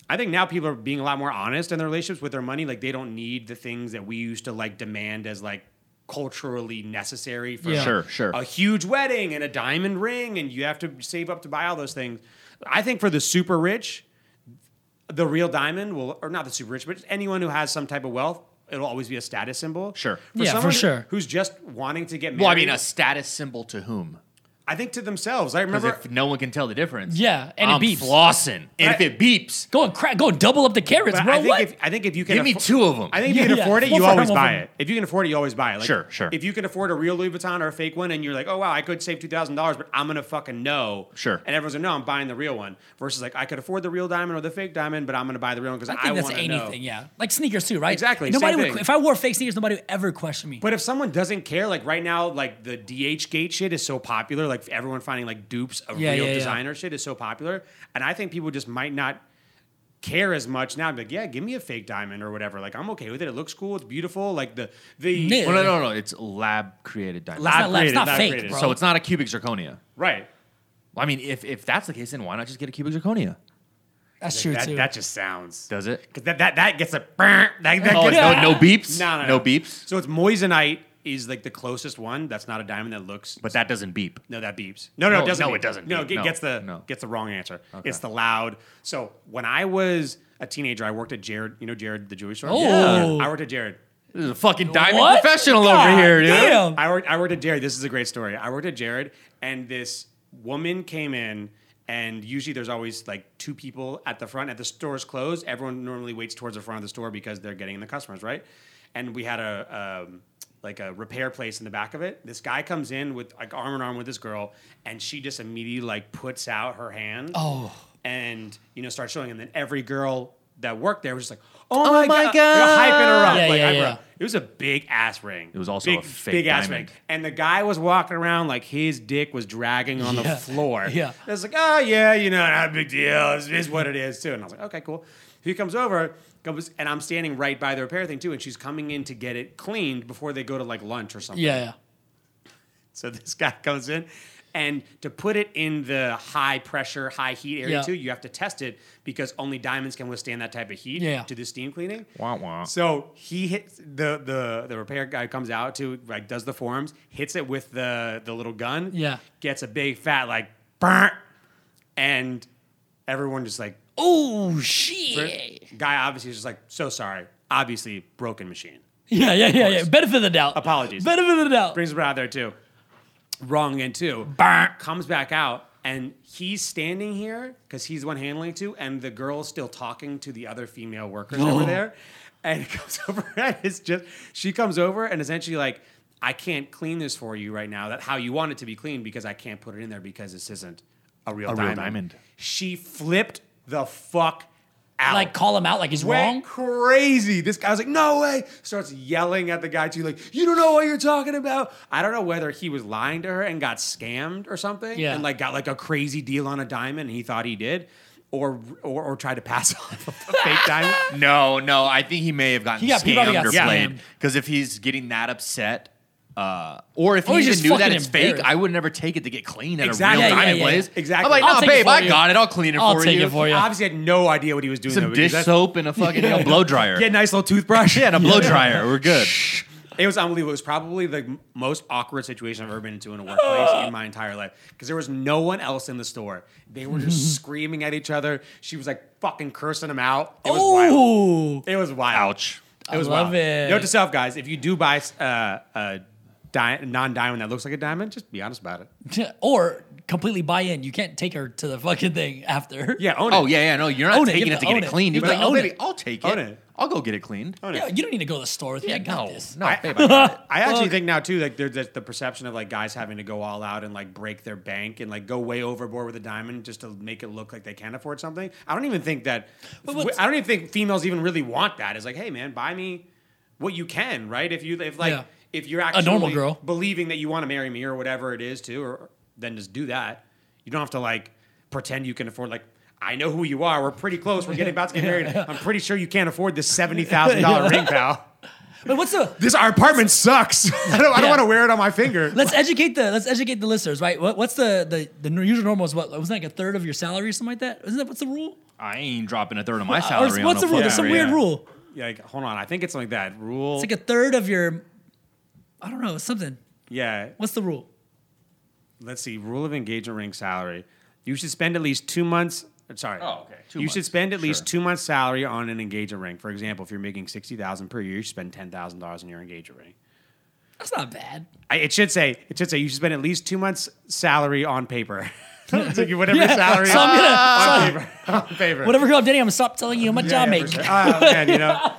A: I think now people are being a lot more honest in their relationships with their money. Like they don't need the things that we used to like demand as like culturally necessary for
B: Yeah.
C: Sure, sure.
A: a huge wedding and a diamond ring, and you have to save up to buy all those things. I think for the super rich, the real diamond will, or not the super rich, but just anyone who has some type of wealth, it'll always be a status symbol.
C: Sure.
B: Yeah, for
A: someone who-
B: sure.
A: Who's just wanting to get married.
C: Well, I mean, a status symbol to whom?
A: I think to themselves. I
C: Because
A: remember.
C: if no one can tell the difference,
B: Yeah, and it
C: I'm
B: beeps.
C: flossing, and if
A: Right.
C: it beeps,
B: Go and crack. Go and double up the carrots,
A: but
B: bro.
A: I think
B: what?
A: if I think if you can
C: Give me
A: affo-
C: two of 'em.
A: I think if
B: Yeah,
A: you can
B: yeah.
A: afford it,
B: One
A: you
B: for him,
A: always
B: one for
A: buy
B: him.
A: it. If you can afford it, you always buy it. Like,
C: Sure, sure.
A: If you can afford a real Louis Vuitton or a fake one, and you're like, oh wow, I could save two thousand dollars, but I'm gonna fucking know.
C: Sure.
A: And everyone's like, no, I'm buying the real one. Versus like, I could afford the real diamond or the fake diamond, but I'm gonna buy the real one because I,
B: I think that's
A: want to
B: anything. Yeah, like sneakers too, right?
A: Exactly,
B: Nobody
A: same
B: would.
A: thing.
B: If I wore fake sneakers, nobody would ever question me.
A: But if someone doesn't care, like right now, like the DH gate shit is so popular, like everyone finding like dupes of
B: Yeah,
A: real
B: yeah, yeah.
A: designer shit is so popular, and I think people just might not care as much now. Be Like, yeah, give me a fake diamond or whatever. Like, I'm okay with it. It looks cool. It's beautiful. Like the the
B: Yeah.
C: Well, no, no, no. It's lab created diamond.
B: That's not, lab- it's
A: created,
B: not
A: not
B: fake,
A: created.
B: bro.
C: So it's not a cubic zirconia.
A: right.
C: Well, I mean, if, if that's the case, then why not just get a cubic zirconia?
B: that's true
A: that,
B: too.
A: that just sounds.
C: Does it?
A: 'Cause that, that that gets a that, that
C: Oh,
A: gets
C: no, no beeps.
A: No, no, no.
C: beeps.
A: So it's moissanite is like the closest one. That's not a diamond that looks.
C: But that doesn't beep.
A: No, that beeps. No, no,
C: No,
A: it doesn't.
C: no,
A: beep.
C: it doesn't
A: No,
C: beep.
A: it
C: No,
A: gets the
C: no.
A: gets the wrong answer. It's the loud. So when I was a teenager, I worked at Jared. You know Jared, the Jewish store.
B: Oh.
A: I worked at Jared.
C: This is a fucking diamond
B: What?
C: professional
B: God
C: over here, dude.
B: damn.
A: I worked. I worked at Jared. This is a great story. I worked at Jared, and this woman came in, and usually there's always like two people at the front. At the store's closed, everyone normally waits towards the front of the store because they're getting the customers, right? And we had a um, like a repair place in the back of it. This guy comes in with like arm in arm with this girl, and she just immediately like puts out her hand.
B: Oh.
A: and you know starts showing, and then every girl that worked there was just like. Oh,
C: Oh
A: my,
C: my
A: god! They're hyping her up.
B: Yeah,
A: like,
B: yeah,
A: I-
B: yeah.
A: It was a big ass ring.
C: It was also
A: big,
C: a fake
A: big ass ring.
C: diamond.
A: And the guy was walking around like his dick was dragging on
B: Yeah.
A: the floor.
B: Yeah.
A: I was like, oh, yeah, you know, not a big deal. It is what it is, too. And I was like, okay, cool. He comes over, comes, and I'm standing right by the repair thing, too. And she's coming in to get it cleaned before they go to like lunch or something.
B: yeah, yeah.
A: So this guy comes in, and to put it in the high pressure, high heat area
B: Yeah.
A: too, you have to test it because only diamonds can withstand that type of heat
B: Yeah.
A: to the steam cleaning.
C: Wah, wah.
A: So he hits the the the repair guy comes out to like does the forms, hits it with the the little gun,
B: Yeah.
A: gets a big fat like burnt, and everyone just like er,
B: Oh shit.
A: guy obviously is just like so sorry, obviously broken machine.
B: Yeah, yeah, yeah, yeah. Benefit of the doubt.
A: Apologies.
B: Benefit of the doubt.
A: brings it out there too. Wrong in too.
B: Bah.
A: Comes back out and he's standing here because he's the one handling it too, and the girl's still talking to the other female workers over there. And it comes over and it's just she comes over and essentially like, I can't clean this for you right now. That how you want it to be cleaned because I can't put it in there because this isn't a real
C: A real
A: diamond.
C: diamond.
A: She flipped the fuck out
B: Like call him out like he's wrong.
A: went crazy. This guy was like, "No way!" Starts yelling at the guy too, like, "You don't know what you're talking about." I don't know whether he was lying to her and got scammed or something,
B: Yeah.
A: and like got like a crazy deal on a diamond, and he thought he did, or or, or tried to pass on a fake diamond.
C: No, no. I think he may have gotten
B: He got- he probably
C: scammed
B: got
C: or
B: scammed.
C: played. Because if he's getting that upset, uh, or if
B: Or
C: he
B: Oh, he's
C: even
B: just
C: knew that
B: fucking
C: it's fake,
B: embarrassed.
C: I would never take it to get clean at
A: Exactly.
C: a
A: Yeah,
C: real
A: yeah,
C: diamond
B: yeah,
C: place.
A: yeah. Exactly.
C: I'm like,
B: I'll
C: no,
B: take it
C: babe,
B: for
C: I
B: you.
C: got it. I'll clean it
B: I'll
C: for
B: take
C: you.
B: it for you.
A: Obviously, had no idea what he was doing. though,
C: Some
A: because
C: dish
A: that's-
C: soap and a fucking you know, blow dryer.
A: Yeah, nice little toothbrush.
C: Yeah, and a blow dryer. We're good.
A: It was unbelievable. It was probably the m- most awkward situation I've ever been into in a workplace in my entire life because there was no one else in the store. They were just screaming at each other. She was like fucking cursing them out. It was wild.
B: Oh,
A: It was wild.
C: Ouch.
A: It was
B: I love
A: wild.
B: it.
A: Note to self, guys: if you do buy uh, a di- non-diamond that looks like a diamond, just be honest about it.
B: or completely buy in. You can't take her to the fucking thing after.
A: Yeah, own it.
C: Oh yeah, yeah. No, you're not
B: Own it. You
C: taking it,
B: have
C: to
B: to
C: get
B: own
C: it
B: it.
C: cleaned.
B: You
C: You're
B: have
C: like,
B: to
C: no,
B: own
C: baby,
B: it.
C: I'll take
A: Own
C: it.
A: it.
C: I'll go get it cleaned.
A: Own it.
B: Yeah, you don't need to go to the store with me. I got this.
C: no,
A: I-
C: babe, I got it.
A: I actually
B: Fuck.
A: think now too, like there's the perception of like guys having to go all out and like break their bank and like go way overboard with a diamond just to make it look like they can afford something. I don't even think that.
B: what's-
A: I don't even think females even really want that. It's like, hey man, buy me what you can, right? If you if like
B: Yeah.
A: if you're actually
B: normal girl.
A: believing that you want to marry me or whatever it is too, or then just do that. You don't have to like pretend you can afford like. I know who you are. We're pretty close. We're getting about to get married. I'm pretty sure you can't afford this seventy thousand dollar ring, pal.
B: But what's the
A: This our apartment sucks. I don't, I don't
B: Yeah.
A: want to wear it on my finger.
B: Let's educate the let's educate the listeners, right? What, what's the, the the n- usual normal is what wasn't that like a third of your salary or something like that? Isn't that what's the rule?
C: I ain't dropping a third of my
B: Or
C: salary.
B: Uh, what's
C: on
B: the
C: a
B: rule?
C: fucking
B: There's some
C: ring.
B: weird
A: yeah.
B: rule.
A: Yeah, like, hold on. I think it's something like that rule.
B: It's like a third of your I don't know, something.
A: yeah.
B: What's the rule?
A: Let's see. Rule of engagement ring salary. You should spend at least two months uh, Sorry.
C: Oh, okay. Two
A: you should
C: months.
A: spend at least
C: Sure.
A: two months' salary on an engagement ring. For example, if you're making sixty thousand per year, you should spend ten thousand dollars on your engagement ring.
B: That's not bad.
A: I, it should say it should say you should spend at least two months' salary on paper. It's like whatever your salary
B: So I'm
A: is,
B: gonna
A: on paper. on paper.
B: whatever girl I'm dating, I'm gonna stop telling you how much
A: Yeah,
B: I'm
A: yeah, for
B: making.
A: sure. Oh man, you know.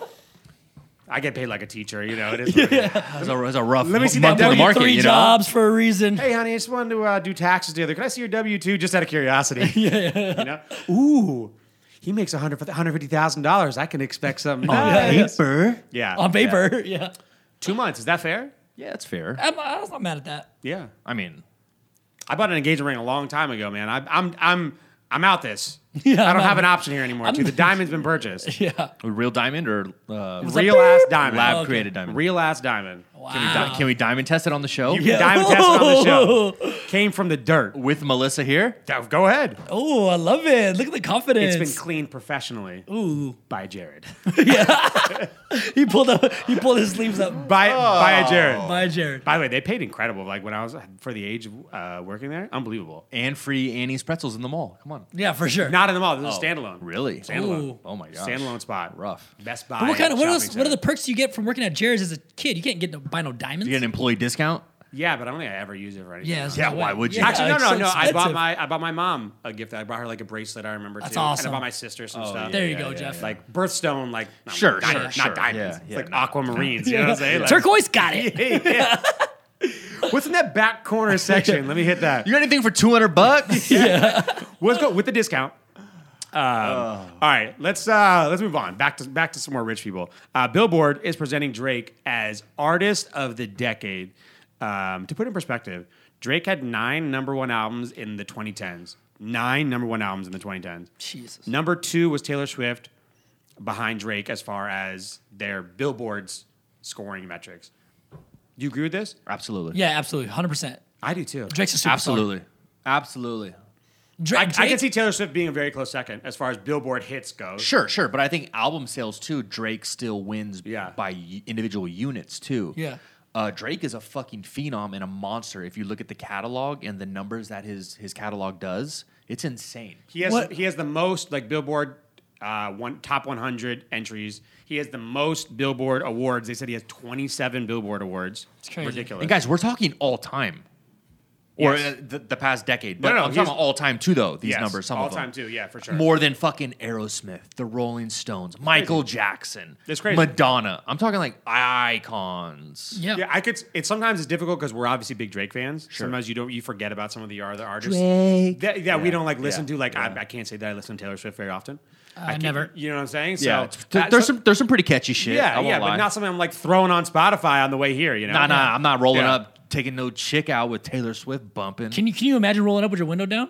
A: I get paid like a teacher, you know. It is. what it is.
C: That's a, that's a rough.
A: Let me see
C: month
A: that
C: in the
A: W
C: market,
B: Three
C: you know?
B: jobs for a reason.
A: Hey, honey, I just wanted to uh, do taxes together. Can I see your W two just out of curiosity? yeah. You know. Ooh, he makes one hundred hundred fifty thousand dollars. I can expect something. nice.
C: Paper.
A: Yeah.
B: On
A: yeah.
B: paper, yeah.
A: Two months. Is that fair?
C: Yeah, that's fair.
B: I'm, I'm not mad at that.
A: Yeah.
C: I mean,
A: I bought an engagement ring a long time ago, man. I, I'm I'm I'm out this.
B: Yeah,
A: I
B: I'm
A: don't have
B: out.
A: an option here anymore. Too. The diamond's been purchased.
B: Yeah.
C: a real diamond or uh,
B: like,
A: Real ass
B: beep.
A: diamond. Oh,
C: lab
B: okay.
C: created diamond?
A: Real ass diamond.
C: Can we, di- can we diamond test it on the show?
A: You can diamond test it on the show. Came from the dirt.
C: With Melissa here?
A: Now, Go ahead.
B: Oh, I love it. Look at the confidence.
A: It's been cleaned professionally
B: Ooh.
A: by Jared.
B: He pulled up. He pulled his sleeves up.
A: By by a Jared.
B: Bye, Jared.
A: By the way, they paid incredible. Like when I was for the age of uh, working there, unbelievable.
C: And free Annie's pretzels in the mall. Come on.
B: Yeah, for sure.
A: Not in the mall. This is
C: Oh,
A: standalone.
C: Really?
A: Standalone.
B: Ooh.
C: Oh my gosh.
A: Standalone spot.
C: Rough.
A: Best Buy.
B: But what kind of what
A: shopping
B: else? What are the
A: center.
B: perks you get from working at Jared's as a kid? You can't get no buy no diamonds.
C: You get an employee discount?
A: Yeah, but I don't think I ever use it for anything.
B: yeah.
A: else.
B: that's
C: Yeah,
B: what-
C: why would you?
A: Actually, no,
B: it's
A: no,
B: so
A: no. I bought
B: expensive.
A: my I bought my mom a gift. I brought her like a bracelet. I remember
B: That's
A: too.
B: awesome.
A: And I bought my sister
C: Oh,
A: some stuff.
B: There you go, Jeff.
A: Like birthstone, like not
C: Sure,
A: diamonds,
C: sure,
A: not
C: sure.
A: diamonds,
C: Yeah,
A: like
C: yeah,
A: aquamarines. You know what I'm saying? Like-
B: Turquoise got it.
A: Yeah. What's in that back corner section? Let me hit that.
C: You got anything for 200 bucks?
A: Let's go with the discount. Um, All right, let's uh, let's move on back to back to some more rich people. Uh, Billboard is presenting Drake as artist of the decade. Um, to put in perspective, Drake had nine number one albums in the 2010s. Nine number one albums in the 2010s.
B: Jesus.
A: Number two was Taylor Swift, behind Drake as far as their Billboard's scoring metrics. Do you agree with this?
C: Absolutely.
B: Yeah, absolutely, hundred percent.
A: I do too.
B: Drake's a superstar.
C: Absolutely. Absolutely.
B: Drake,
A: I, I
B: Drake-
A: can see Taylor Swift being a very close second as far as Billboard hits go.
C: Sure, sure, but I think album sales too. Drake still wins
A: Yeah.
C: by y- individual units too.
B: Yeah.
C: Uh, Drake is a fucking phenom and a monster. If you look at the catalog and the numbers that his his catalog does, it's insane.
A: He has
B: What-
A: he has the most like Billboard uh, one top 100 entries. He has the most Billboard awards. They said he has 27 Billboard awards. It's
B: crazy.
A: ridiculous.
C: And guys, we're talking all time, or
A: Yes.
C: uh, the, the past decade.
A: No,
C: But
A: no,
C: I'm
A: he's-
C: talking about all time too, though. These
A: Yes,
C: numbers, some
A: all
C: of them.
A: time too. Yeah, for sure.
C: More than fucking Aerosmith, the Rolling Stones, Michael Jackson,
A: That's crazy.
C: Madonna. I'm talking like icons.
B: Yeah.
A: Yeah, I could. s- It's sometimes it's difficult because we're obviously big Drake fans. Sometimes you don't you forget about some of the other artists
C: Drake.
A: that, that we
C: Yeah,
A: don't like listen
C: yeah,
A: to. Like
C: yeah.
A: I, I can't say that I listen to Taylor Swift very often. I can't-
B: uh, never.
A: You know what I'm saying? So
C: Yeah, it's-
A: that-
C: there's
A: so-
C: some there's some pretty catchy shit. I
A: Yeah,
C: won't
A: yeah,
C: lie.
A: but not something I'm like throwing on Spotify on the way here. You know?
C: Nah, nah, I'm not rolling
A: Yeah.
C: up, taking no chick out with Taylor Swift bumping.
B: Can you can you imagine rolling up with your window down,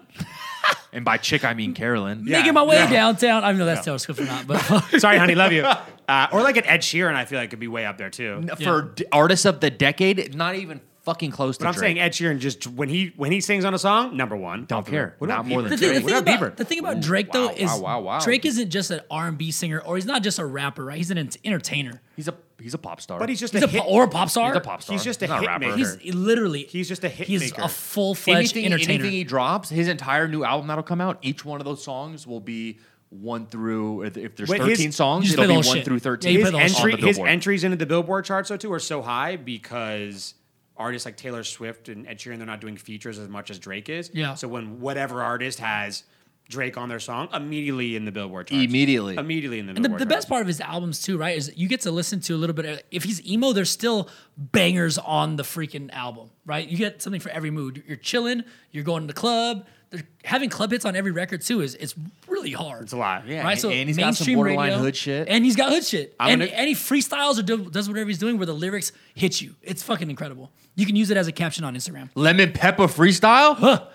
C: and by chick, I mean Carolyn.
A: Yeah.
B: making my way
A: Yeah.
B: downtown? I don't know that's Taylor Swift or not, but
A: Sorry, honey, love you. Uh, or like an Ed Sheeran, I feel like could be way up there too.
C: For d- artists of the decade, not even fucking close
A: But
C: to
A: I'm
C: Drake.
A: saying Ed Sheeran just when he when he sings on a song, number one.
C: Don't care.
A: What
C: Not
A: about
C: more
A: Bieber?
C: than
B: the
C: Drake.
B: thing, the
C: What
B: thing
C: about
B: about
C: Bieber?
B: the thing about Drake though
C: wow,
B: is
C: wow, wow.
B: Drake isn't just an R and B singer or he's not just a rapper, right? He's an ent- entertainer.
C: he's a he's a pop star.
A: But he's just
B: He's
A: a,
B: a,
A: hit.
B: po- or a pop star.
C: he's a pop star.
A: he's just a
C: not
A: hit
C: rapper.
A: maker.
B: He's literally
A: He's just a hit
B: He's
A: maker.
B: a full fledged
C: anything,
B: entertainer.
C: anything he drops, his entire new album that'll come out, each one of those songs will be one through. If if there's
A: Wait, his-
C: 13 songs,
B: You just
C: it'll
B: play the
C: be one
B: whole shit.
C: through
B: Yeah,
C: 13.
B: you
A: his
B: play the whole
A: entry,
C: on the
A: his
C: Billboard.
A: entries into the Billboard charts though too are so high because artists like Taylor Swift and Ed Sheeran they're not doing features as much as Drake is.
B: Yeah.
A: So when whatever artist has Drake on their song, immediately in the Billboard charts.
C: Immediately.
A: Immediately in the
B: And the,
A: Billboard.
B: the
A: charts.
B: best part of his albums too, right, is you get to listen to a little bit. of- If he's emo, there's still bangers on the freaking album, right? You get something for every mood. You're chilling. You're going to the club. They're having club hits on every record too. Is it's really hard.
A: It's a lot.
C: Yeah,
B: right?
C: and-
B: So
C: and he's got some
B: mainstream
C: borderline
B: radio,
C: hood shit.
B: and he's got hood shit, and,
A: gonna-
B: and he freestyles or do, does whatever he's doing where the lyrics hit you. It's fucking incredible. You can use it as a caption on Instagram.
C: Lemon Pepper freestyle. Huh.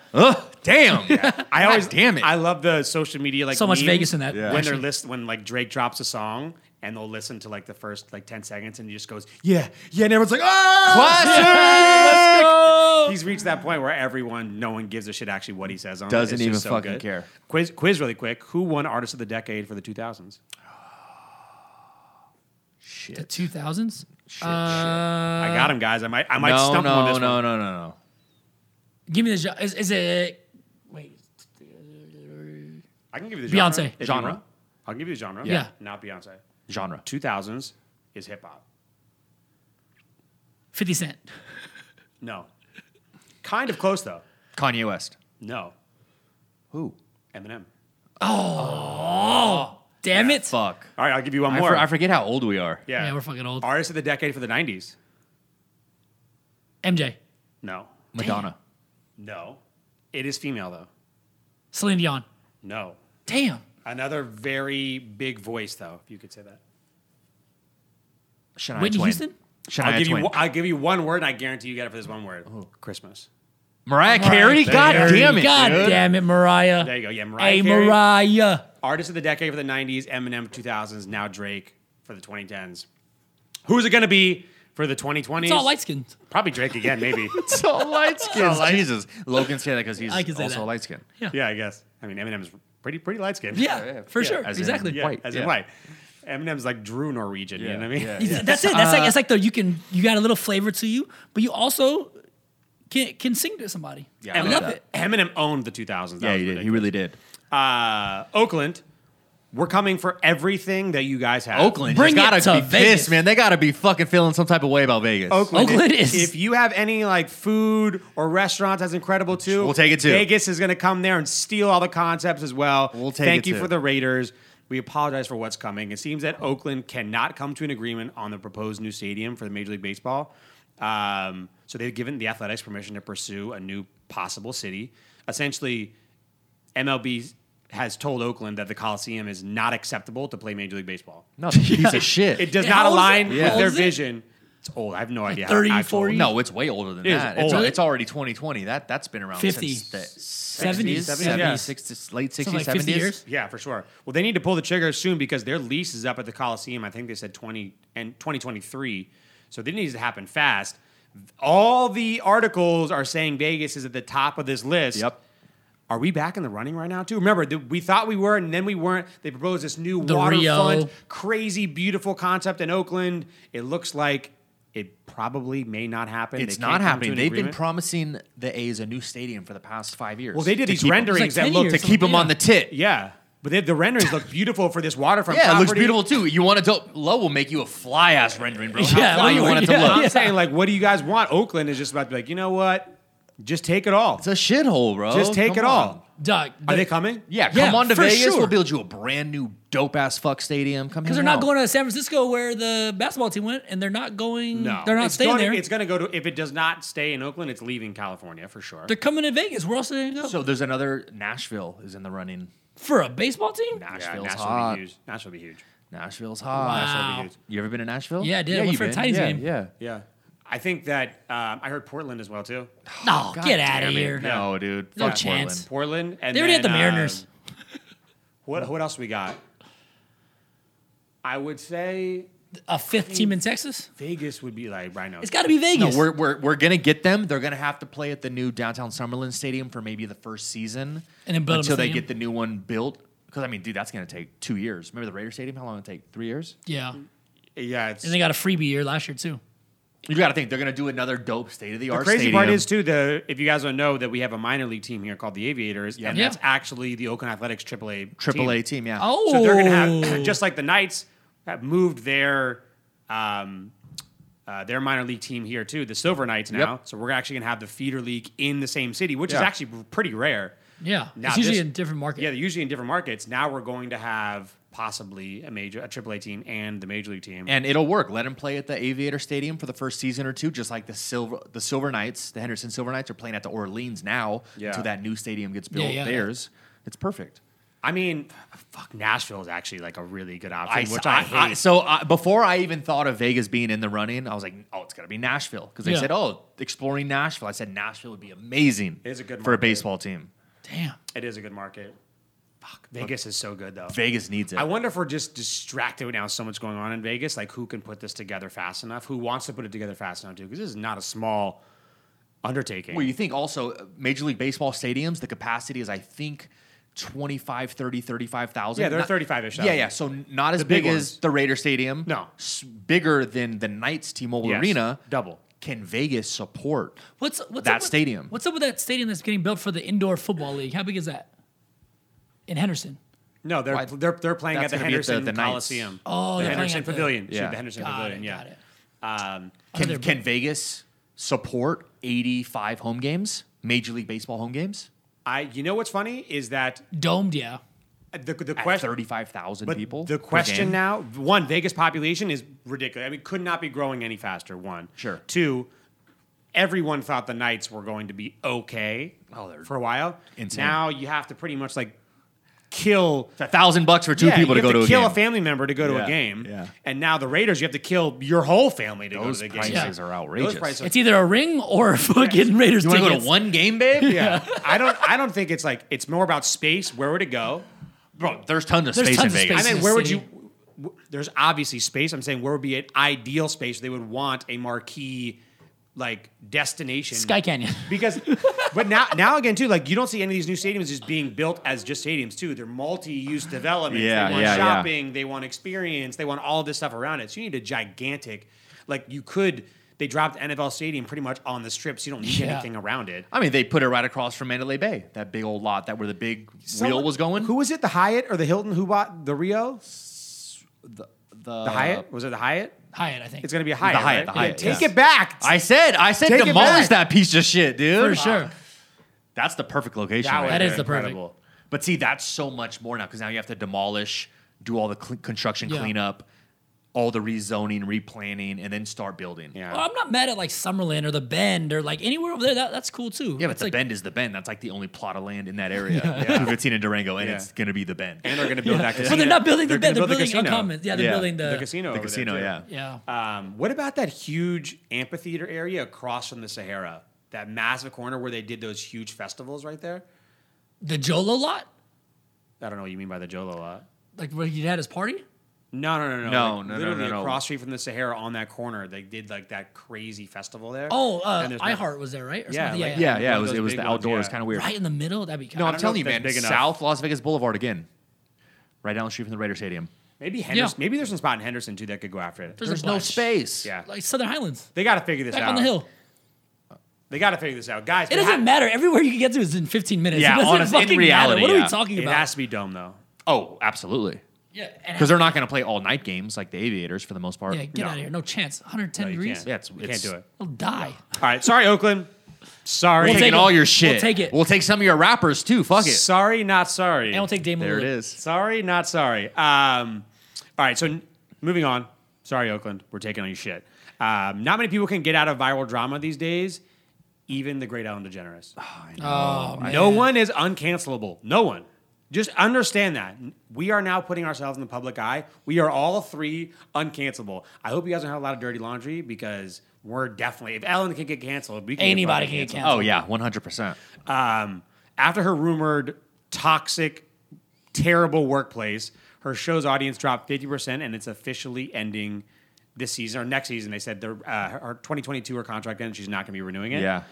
C: damn.
A: I
C: God
A: always
C: damn it.
A: I love the social media like
B: So much
A: memes
B: Vegas in that, Yeah.
A: When they're
B: actually.
A: list when like Drake drops a song and they'll listen to like the first like ten seconds and he just goes yeah yeah and everyone's like "Ah!" oh
C: Classic.
A: he's reached that point where everyone no one gives a shit actually what he says on it.
C: Doesn't
A: It's just
C: even
A: so
C: fucking
A: good.
C: care.
A: Quiz quiz really quick. Who won Artist of the Decade for the 2000s?
B: The two thousands.
C: Shit,
A: I got him guys. I might I might
C: no,
A: stump
C: no,
A: him on this
C: no,
A: one.
C: no, no, no.
B: Give me the jo- is, is it wait
A: I I can give you the genre.
B: Beyonce.
A: if you
C: Genre.
A: want. I can give you the genre.
B: Yeah.
A: Not Beyonce.
C: Genre.
A: 2000s is hip hop.
B: Fifty Cent.
A: No. Kind of close though.
C: Kanye West.
A: No.
C: Who?
A: Eminem.
B: Damn it.
C: Fuck.
A: All right, I'll give you one
C: I,
A: more.
C: for, I forget how old we are.
A: yeah.
B: Yeah, we're fucking old.
A: Artist of the decade for the 90s.
B: MJ.
A: No.
C: Madonna.
A: No. It is female though.
B: Celine Dion.
A: No.
B: Damn.
A: Another very big voice though, if you could say that.
C: Shania
B: Whitney
C: Twain.
B: Houston?
C: Shania
A: I'll give
C: Twain.
A: you. one- I'll give you one word, and I guarantee you get it for this one word. Christmas.
C: Mariah Carey. God damn it.
B: God
C: dude.
B: damn it, Mariah.
A: There you go. Yeah, Mariah.
B: Hey,
A: Carey,
B: Mariah.
A: Artist of the decade for the '90s, Eminem 2000s, now Drake for the 2010s. Who's it gonna be for the 2020s?
B: It's all light skinned.
A: Probably Drake again, maybe.
C: It's all light skin. Jesus. Logan said that because he's
B: I can say
C: also
B: that.
C: light skin.
A: yeah, I guess. I mean, Eminem's pretty pretty light skinned.
B: Yeah, for sure.
C: as in-
B: Exactly.
A: yeah,
C: White,
A: as
C: yeah.
A: in white. Eminem's like Drew Norwegian. You know what I mean?
C: yeah, Uh,
B: Ex- That's it. That's like it's like though you can you got a little flavor to you, but you also can can sing to somebody.
C: Yeah,
B: I
C: I
B: love
C: like
B: it.
A: Eminem owned the 2000s. That
C: Yeah,
A: was
C: he did. He
A: ridiculous.
C: really did.
A: uh, Oakland, we're coming for everything that you guys have.
C: Oakland
B: Bring
C: just gotta
B: it to
C: be
B: Vegas.
C: pissed, man. They gotta be fucking feeling some type of way about Vegas.
A: Oakland,
B: Oakland
A: if,
B: is-
A: If you have any like food or restaurants, that's incredible too.
C: We'll take it, too.
A: Vegas is going to come there and steal all the concepts as well.
C: We'll take
A: Thank
C: it,
A: you
C: too.
A: for the Raiders. We apologize for what's coming. It seems that Oakland cannot come to an agreement on the proposed new stadium for the Major League Baseball. Um, so they've given the Athletics permission to pursue a new possible city. Essentially, MLB has told Oakland that the Coliseum is not acceptable to play Major League Baseball.
C: No, it's a piece of shit.
A: It does
B: Yeah,
A: not
B: how old is
A: align
B: it?
A: with
B: Yeah.
A: their
B: How old is it?
A: vision. It's old. I have no idea. how
B: 30,
A: actual-
B: 40?
C: no, it's way older than
A: It is
C: that. It's,
A: old.
C: it's already 2020. That that's been around
B: 50,
C: since the
B: 70s,
C: 60s,
A: 70s, yeah.
C: 60s, late 60s,
B: Something like
C: 70s.
B: 50 years.
A: Yeah, for sure. Well, they need to pull the trigger soon because their lease is up at the Coliseum. I think they said 20 and 2023. So this needs to happen fast. All the articles are saying Vegas is at the top of this list.
C: Yep.
A: Are we back in the running right now too? Remember, th- we thought we were, and then we weren't. They proposed this new
B: The
A: waterfront,
B: Rio.
A: crazy, beautiful concept in Oakland. It looks like it probably may not happen.
C: It's
A: They can't
C: not
A: come to
C: happening.
A: an
C: They've been
A: agreement.
C: promising the A's a new stadium for the past five years.
A: Well, they did
C: to
A: these
C: keep 'em-
A: renderings
B: It's like 10
A: that looked
B: years.
C: to keep them on the tit.
A: Yeah, but they, the renderings look beautiful for this waterfront.
C: Yeah, it looks
A: property.
C: beautiful too. You want a dope low will make you a fly ass rendering, bro. How
B: Yeah,
C: fly you
B: literally,
C: want it to
B: yeah.
C: look?
A: I'm saying, like, what do you guys want? Oakland is just about to be like, you know what? Just take it all.
C: It's a shithole, bro.
A: Just take
C: Come
A: it
C: on.
A: all.
B: Doug.
A: Are they coming?
C: Yeah,
B: Yeah,
C: come on to
B: for
C: Vegas.
B: sure.
C: We'll build you a brand new dope ass fuck stadium. Come
B: because they're not going to San Francisco where the basketball team went, and they're not going.
A: No,
B: they're not
A: it's
B: staying
A: going,
B: there.
A: It's going to go to if it does not stay in Oakland, it's leaving California for sure.
B: They're coming to Vegas. Where else are they going to go?
C: So there's another Nashville is in the running.
B: For a baseball team?
A: Yeah,
C: Nashville's
A: Nashville
C: hot.
A: Be huge. Nashville be huge.
C: Nashville's hot.
B: Wow.
A: Nashville be huge.
C: You ever been to Nashville?
B: Yeah, I did. I went
C: you've
B: for a
C: been.
B: Titans
C: yeah,
B: game.
C: Yeah.
A: Yeah, I think that um, I heard Portland as well too.
B: No,
C: God
B: get out of
C: damn it.
B: here.
C: No, dude.
B: No
C: Fuck
B: chance.
A: Portland and
B: They already had
A: then,
B: the Mariners.
A: um, what what else we got? I would say
B: A fifth team in Texas?
A: Vegas would be like right now.
B: It's got to be
C: Portland.
B: Vegas.
C: No, we're, we're, we're gonna get them. They're gonna have to play at the new downtown Summerlin Stadium for maybe the first season,
B: And then build them a
C: until they
B: stadium.
C: get the new one built. Because I mean, dude, that's gonna take two years. Remember the Raider Stadium? How long did it take? Three years.
B: yeah.
A: yeah, it's
B: And they got a freebie year last year, too.
C: You got to think they're gonna do another dope state of the art.
A: The crazy part is too the if you guys don't know that we have a minor league team here called the Aviators, and
B: Yeah.
A: that's actually the Oakland Athletics AAA
C: Triple A
A: team.
C: team, yeah.
B: Oh.
A: So they're gonna have just like the Knights have moved their um, uh, their minor league team here too, the Silver Knights now. So we're actually gonna have the feeder league in the same city, which is
C: Yeah.
A: actually pretty rare.
B: Yeah.
A: Now
B: it's usually
A: this-
B: in a different market.
A: Yeah, they're usually in different markets. Now we're going to have possibly a major a AAA team and the major league team.
C: and it'll work. Let them play at the Aviator Stadium for the first season or two, just like the silver the Silver Knights, the Henderson Silver Knights are playing at the Orleans now
A: Yeah.
C: until that new stadium gets built.
B: yeah.
C: Theirs, it's perfect.
A: I mean, fuck, Nashville is actually like a really good option, which
C: I-
A: I,
C: I-
A: hate.
C: so I, before I even thought of Vegas being in the running, I was like, oh, it's gonna be Nashville because they
B: Yeah.
C: said, oh, exploring Nashville. I said Nashville would be amazing.
A: It is a good
C: for a
A: market.
C: baseball team.
B: Damn.
A: It is a good market. Fuck, Vegas is so good though.
C: Vegas needs it.
A: I wonder if we're just distracted right now. with So much going on in Vegas. Like, who can put this together fast enough? Who wants to put it together fast enough? Too, because this is not a small undertaking.
C: Well, you think also uh, Major League Baseball stadiums, the capacity is, I think, 25, 30, 35,000.
A: Yeah, they're
C: Not-
A: 35-ish
C: Yeah,
A: thousand.
C: yeah. So n- not as
A: big
C: big, as
A: ones.
C: the Raider Stadium.
A: No.
C: S- bigger than the Knights T Mobile
A: Yes,
C: Arena.
A: double.
C: Can Vegas support?
B: What's, what's
C: That
B: up with,
C: stadium.
B: What's up with that stadium that's getting built for the indoor football league? How big is that? In Henderson.
A: No, they're
C: Why-
A: they're they're playing at
C: That's
A: the
C: gonna be at the-
A: Henderson
C: the Knights.
A: Coliseum.
B: Oh,
A: the
B: they're playing
A: Henderson
B: at the-
A: Pavilion. Shoot,
C: Yeah.
A: the Henderson
B: Got
A: Pavilion.
B: it,
A: yeah.
B: got it.
A: Um,
B: Are
C: Can,
B: there-
C: can Vegas support 85 home games, Major League Baseball home games
A: I you know what's funny is that uh,
B: Domed, yeah.
A: the the
C: at
A: question
C: 35,000
A: but
C: people?
A: the
C: per
A: question
C: game?
A: now one Vegas population is ridiculous. I mean, could not be growing any faster. One
C: Sure.
A: Two. Everyone thought the Knights were going to be okay
C: Oh, they're
A: for a while.
C: insane.
A: Now you have to pretty much like kill
C: It's a thousand bucks for two
A: Yeah,
C: people
A: you
C: to go
A: have
C: to,
A: kill
C: a game.
A: family member to go to
C: Yeah,
A: a game.
C: yeah.
A: And now the Raiders, you have to kill your whole family to
C: Those
A: go to the game.
C: prices
B: Yeah.
C: are outrageous.
A: Those prices are
B: It's either a ring or a fucking Raiders
C: you want to go
B: tickets.
C: to one game, babe?
A: yeah. I don't I don't think it's like it's more about space. Where would it go?
C: Bro, there's tons of
B: There's
C: space
B: tons
C: in
B: of
C: Vegas.
A: I
B: Space in
A: mean,
B: the
A: where would you
B: city.
A: w- there's obviously space. I'm saying where would be an ideal space they would want a marquee like destination.
B: Sky Canyon.
A: because but now now again too like you don't see any of these new stadiums just being built as just stadiums too they're multi-use developments
C: Yeah,
A: they want
C: yeah, yeah.
A: shopping they want experience they want all this stuff around it so you need a gigantic like you could they dropped NFL stadium pretty much on the strip so you don't need
B: Yeah.
A: anything around it
C: I mean, they put it right across from Mandalay Bay, that big old lot that where the big wheel
A: Someone-
C: was going.
A: who was it the Hyatt or the Hilton who bought the Rio
C: the,
A: the Hyatt was it the Hyatt
B: Hyatt, I think.
A: it's gonna be a Hyatt,
C: Hyatt,
A: right?
C: the Hyatt,
A: Yeah, take
C: yeah.
A: it back
C: I said, I said,
A: Take it back.
C: demolish that piece of shit, dude.
B: For sure.
C: That's the perfect location.
A: That
C: right
A: would
B: That
A: be
C: there.
B: is the perfect.
A: incredible.
C: But see, that's so much more now because now you have to demolish, do all the cl- construction
B: Yeah.
C: cleanup, all the rezoning, replanning, and then start building.
A: yeah
B: Well, I'm not mad at like Summerlin or the Bend or like anywhere over there. That, that's cool too.
C: Yeah, but
B: It's
C: the
B: like,
C: bend is the bend. That's like the only plot of land in that area. yeah. 215 in Durango, and
A: Yeah.
C: it's going to be the bend.
A: and they're gonna build that
B: But
A: casino.
B: they're not building the
A: gonna
B: Bend. They're
A: build the
B: building
A: casino.
B: Uncommons. Yeah, they're
C: Yeah.
B: building the,
A: the casino
C: the
A: over there,
C: casino,
A: too.
C: yeah.
B: Yeah.
A: Um, what about that huge amphitheater area across from the Sahara? That massive corner where they did those huge festivals right there?
B: The Jolo lot,
A: I don't know what you mean by the Jolo lot.
B: like where he had his party.
A: No, no, no, no.
C: No,
A: like,
C: no, no,
A: Literally
C: no, no.
A: across street from the Sahara on that corner, they did like that crazy festival there.
B: Oh, uh,
A: And there's-
B: iHeart was there, right? Or
A: Yeah,
B: something?
A: like-
C: Yeah,
A: One
C: yeah. It
A: of
C: was
A: those
C: it was
A: big
C: the
A: ones,
C: outdoors.
A: yeah.
C: Kind of weird.
B: Right in the middle. That'd be
C: No,
B: kind
C: I'm
A: don't
B: of.
A: know
C: telling you,
A: if that's
C: man.
A: big enough.
C: South Las Vegas Boulevard again, right down the street from the Raider Stadium.
A: Maybe Henderson.
B: Yeah.
A: Maybe there's some spot in Henderson too that could go after it.
B: There's a
C: There's no
B: bunch.
C: space.
A: yeah.
B: Like Southern Highlands,
A: They got to figure this
B: back
A: out.
B: on the hill.
A: They got to figure this out, guys.
B: It
A: we
B: doesn't
A: ha-
B: matter. Everywhere you can get to is in 15 minutes.
C: Yeah,
B: it doesn't
C: honest- in
B: fucking matter.
C: reality,
B: What are
C: yeah.
B: we talking
A: It
B: about?
A: has to be dome though.
C: Oh, absolutely.
B: yeah,
C: Because they're not going to play all night games like the Aviators for the most part.
B: yeah, get out of here. No chance. 110
A: No, you
B: degrees.
A: can't.
C: Yeah, it's-
A: you
C: it's-
A: can't do it.
B: I'll die.
A: All right, sorry, Oakland. Sorry,
B: We'll
C: Taking
B: take it.
C: all your
B: We'll
C: shit.
B: take it.
C: We'll take some of your rappers too. Fuck it.
A: sorry, not sorry.
B: And we'll take Damon.
C: there it
B: Lillard.
C: is.
A: Sorry, not sorry. Um, all right, so n- moving on. Sorry, Oakland, we're taking on your shit. Um, not many people can get out of viral drama these days, even the great Ellen DeGeneres.
B: Oh, man.
A: no one is uncancelable. No one. Just understand that. We are now putting ourselves in the public eye. We are all three uncancelable. I hope you guys don't have a lot of dirty laundry because we're definitely, if Ellen can get canceled, we can
B: Anybody
A: fucking
B: can get canceled.
C: Oh yeah, 100. percent
A: um, after her rumored toxic, terrible workplace, her show's audience dropped 50%, and it's officially ending this season or next season. They said the, uh, her- her 2022 her contract ends. She's not going to be renewing it.
C: Yeah.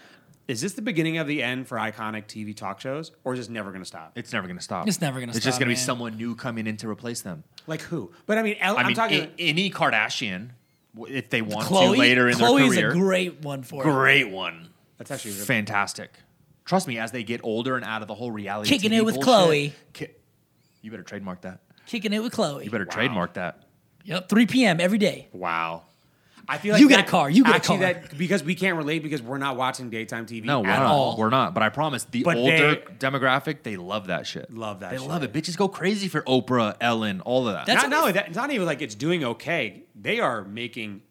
A: Is this the beginning of the end for iconic TV talk shows, or is this never going to stop?
C: It's never going to stop.
B: It's never gonna
C: It's just
B: stop,
C: going to be
B: man.
C: someone new coming in to replace them.
A: like who? But I mean, El-
C: I
A: I am
C: mean,
A: talking.
C: a- any Kardashian, w- if they want
B: Chloe.
C: to later in
B: Chloe's
C: their
B: a
C: career,
B: great one for it.
C: great one.
A: that's actually
C: fantastic. Trust me, as they get older and out of the whole reality,
B: Kicking
C: TV
B: it with
C: bullshit,
B: Chloe.
C: ki- you better trademark that.
B: Kicking it with Chloe.
C: You better trademark that.
B: Yep. 3 p.m. every day.
C: Wow.
A: I feel like
B: You get a
A: that-
B: car, you get a
A: actually
B: car.
A: That, because we can't relate because we're not watching daytime TV
C: No, we're
A: at
C: not.
A: all.
C: We're not. But I promise, the
A: But
C: older
A: they-
C: demographic, they love that shit.
A: Love that
C: They
A: shit.
C: love it. Bitches go crazy for Oprah, Ellen, all of that.
B: That's
A: not, not only that, it's not even like it's doing okay. They are making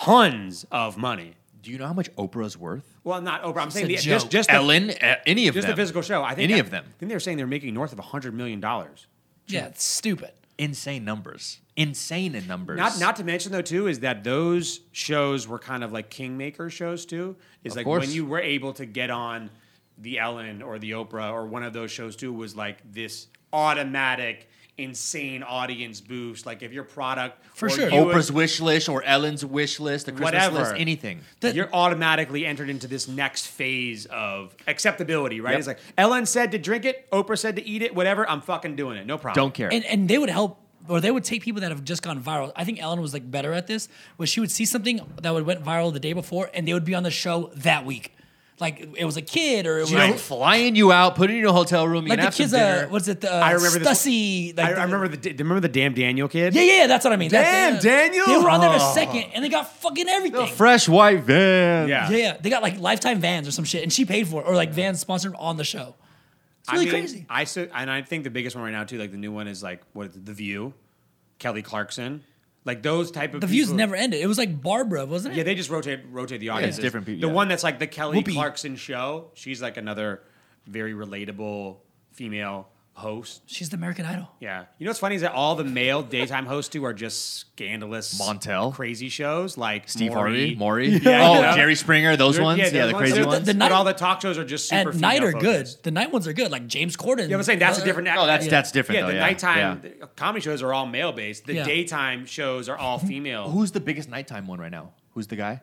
A: tons of money.
C: Do you know how much Oprah's worth?
A: Well, not Oprah. I'm saying
B: a
A: the,
B: joke.
A: just just the,
C: Ellen, eh, any of
A: just
C: them?
A: the physical show. I think
C: any
A: that-
C: of them?
A: I think they were saying they're making north of hundred million dollars.
B: Yeah, it's stupid.
C: Insane numbers. Insane in numbers.
A: Not not to mention though too is that those shows were kind of like kingmaker shows too. Is
C: Of
A: like
C: course.
A: when you were able to get on the Ellen or the Oprah or one of those shows too was like this automatic insane audience boost. Like if your product
B: For
A: or
B: sure.
A: you
C: Oprah's wish list or Ellen's wish list, the Christmas
A: Whatever.
C: list, anything.
B: The-
A: you're automatically entered into this next phase of acceptability, right?
C: Yep.
A: It's like Ellen said to drink it, Oprah said to eat it, whatever. I'm fucking doing it. No problem.
C: Don't care.
B: And and they would help or they would take people that have just gone viral. I think Ellen was like better at this, where she would see something that would went viral the day before and they would be on the show that week. Like it was a kid or it was
C: You know, flying you out, putting you in a hotel room, you
B: like
C: can
B: the
C: have some
B: kids. Uh,
C: dinner.
B: what's it? The, uh,
A: I remember this-
B: Stussy. Like
A: I,
B: the-
A: I remember the da- remember the damn Daniel kid.
B: Yeah, yeah, yeah, that's what I mean. That-
C: Damn,
B: they-
C: Daniel!
B: They were on there in a
C: Oh.
B: second and they got fucking everything.
C: Fresh white van.
A: Yeah.
B: yeah, yeah, they got like lifetime vans or some shit, and she paid for it, or like vans sponsored on the show. It's really
A: I mean,
B: crazy.
A: I still, and I think the biggest one right now too, like the new one is like what is it, the View, Kelly Clarkson, like those type of
B: The views
A: people-
B: never ended. It was like Barbara, wasn't it?
A: Yeah, they just rotate rotate the audience.
C: different people,
A: The
C: yeah.
A: one that's like the Kelly
B: Whoopi.
A: Clarkson show. She's like another very relatable female host.
B: She's the American Idol.
A: Yeah. You know what's funny is that all the male daytime hosts too are just scandalous,
C: Montel.
A: crazy shows like
C: Steve Harvey,
A: Maury.
C: Maury.
A: Yeah,
C: oh,
A: you know?
C: Jerry Springer, those
A: They're-
C: ones. Yeah,
A: they're
C: the crazy
A: that-
B: The-
C: ones.
B: the-
A: but all the talk shows are just super
B: At night
A: female
B: are good.
A: focused.
B: The night ones are good. Like James Corden. Uh,
A: Yeah, but I'm saying that's a different.
C: No, Oh, that's
A: yeah.
C: that's different.
A: Yeah,
C: though,
A: the nighttime
C: yeah.
A: the comedy shows are all male based. The
B: Yeah.
A: daytime shows are all female.
C: Who's the biggest nighttime one right now? Who's the guy?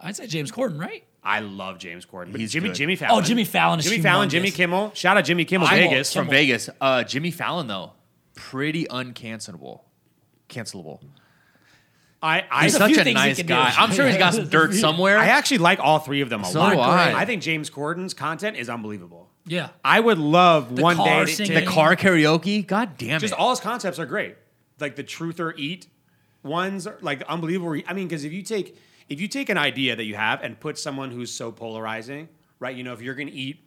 B: I'd say James Corden, right?
A: I love James Corden, but
C: He's
A: Jimmy
C: good.
A: Jimmy Fallon.
B: Oh, Jimmy Fallon is
A: Jimmy Fallon,
B: humongous.
A: Jimmy Kimmel. Shout out Jimmy Kimmel, Vegas.
C: from Vegas. Uh, Jimmy Fallon though, pretty uncancelable. Cancelable.
A: I I,
C: He's
B: There's a
C: such
B: few
C: a
B: things he
C: nice
B: can do.
C: guy. I'm sure he's got some dirt somewhere.
A: I actually like all three of them a
C: So
A: lot.
C: do I.
A: think James Corden's content is unbelievable.
B: Yeah.
A: I would love one
B: car
A: day to-
B: singing.
A: to,
C: the car karaoke. God damn
A: just
C: it!
A: all his concepts are great. Like the truth or eat ones, are, like unbelievable. I mean, because if you take if you take an idea that you have and put someone who's so polarizing, right? You know, if you're gonna eat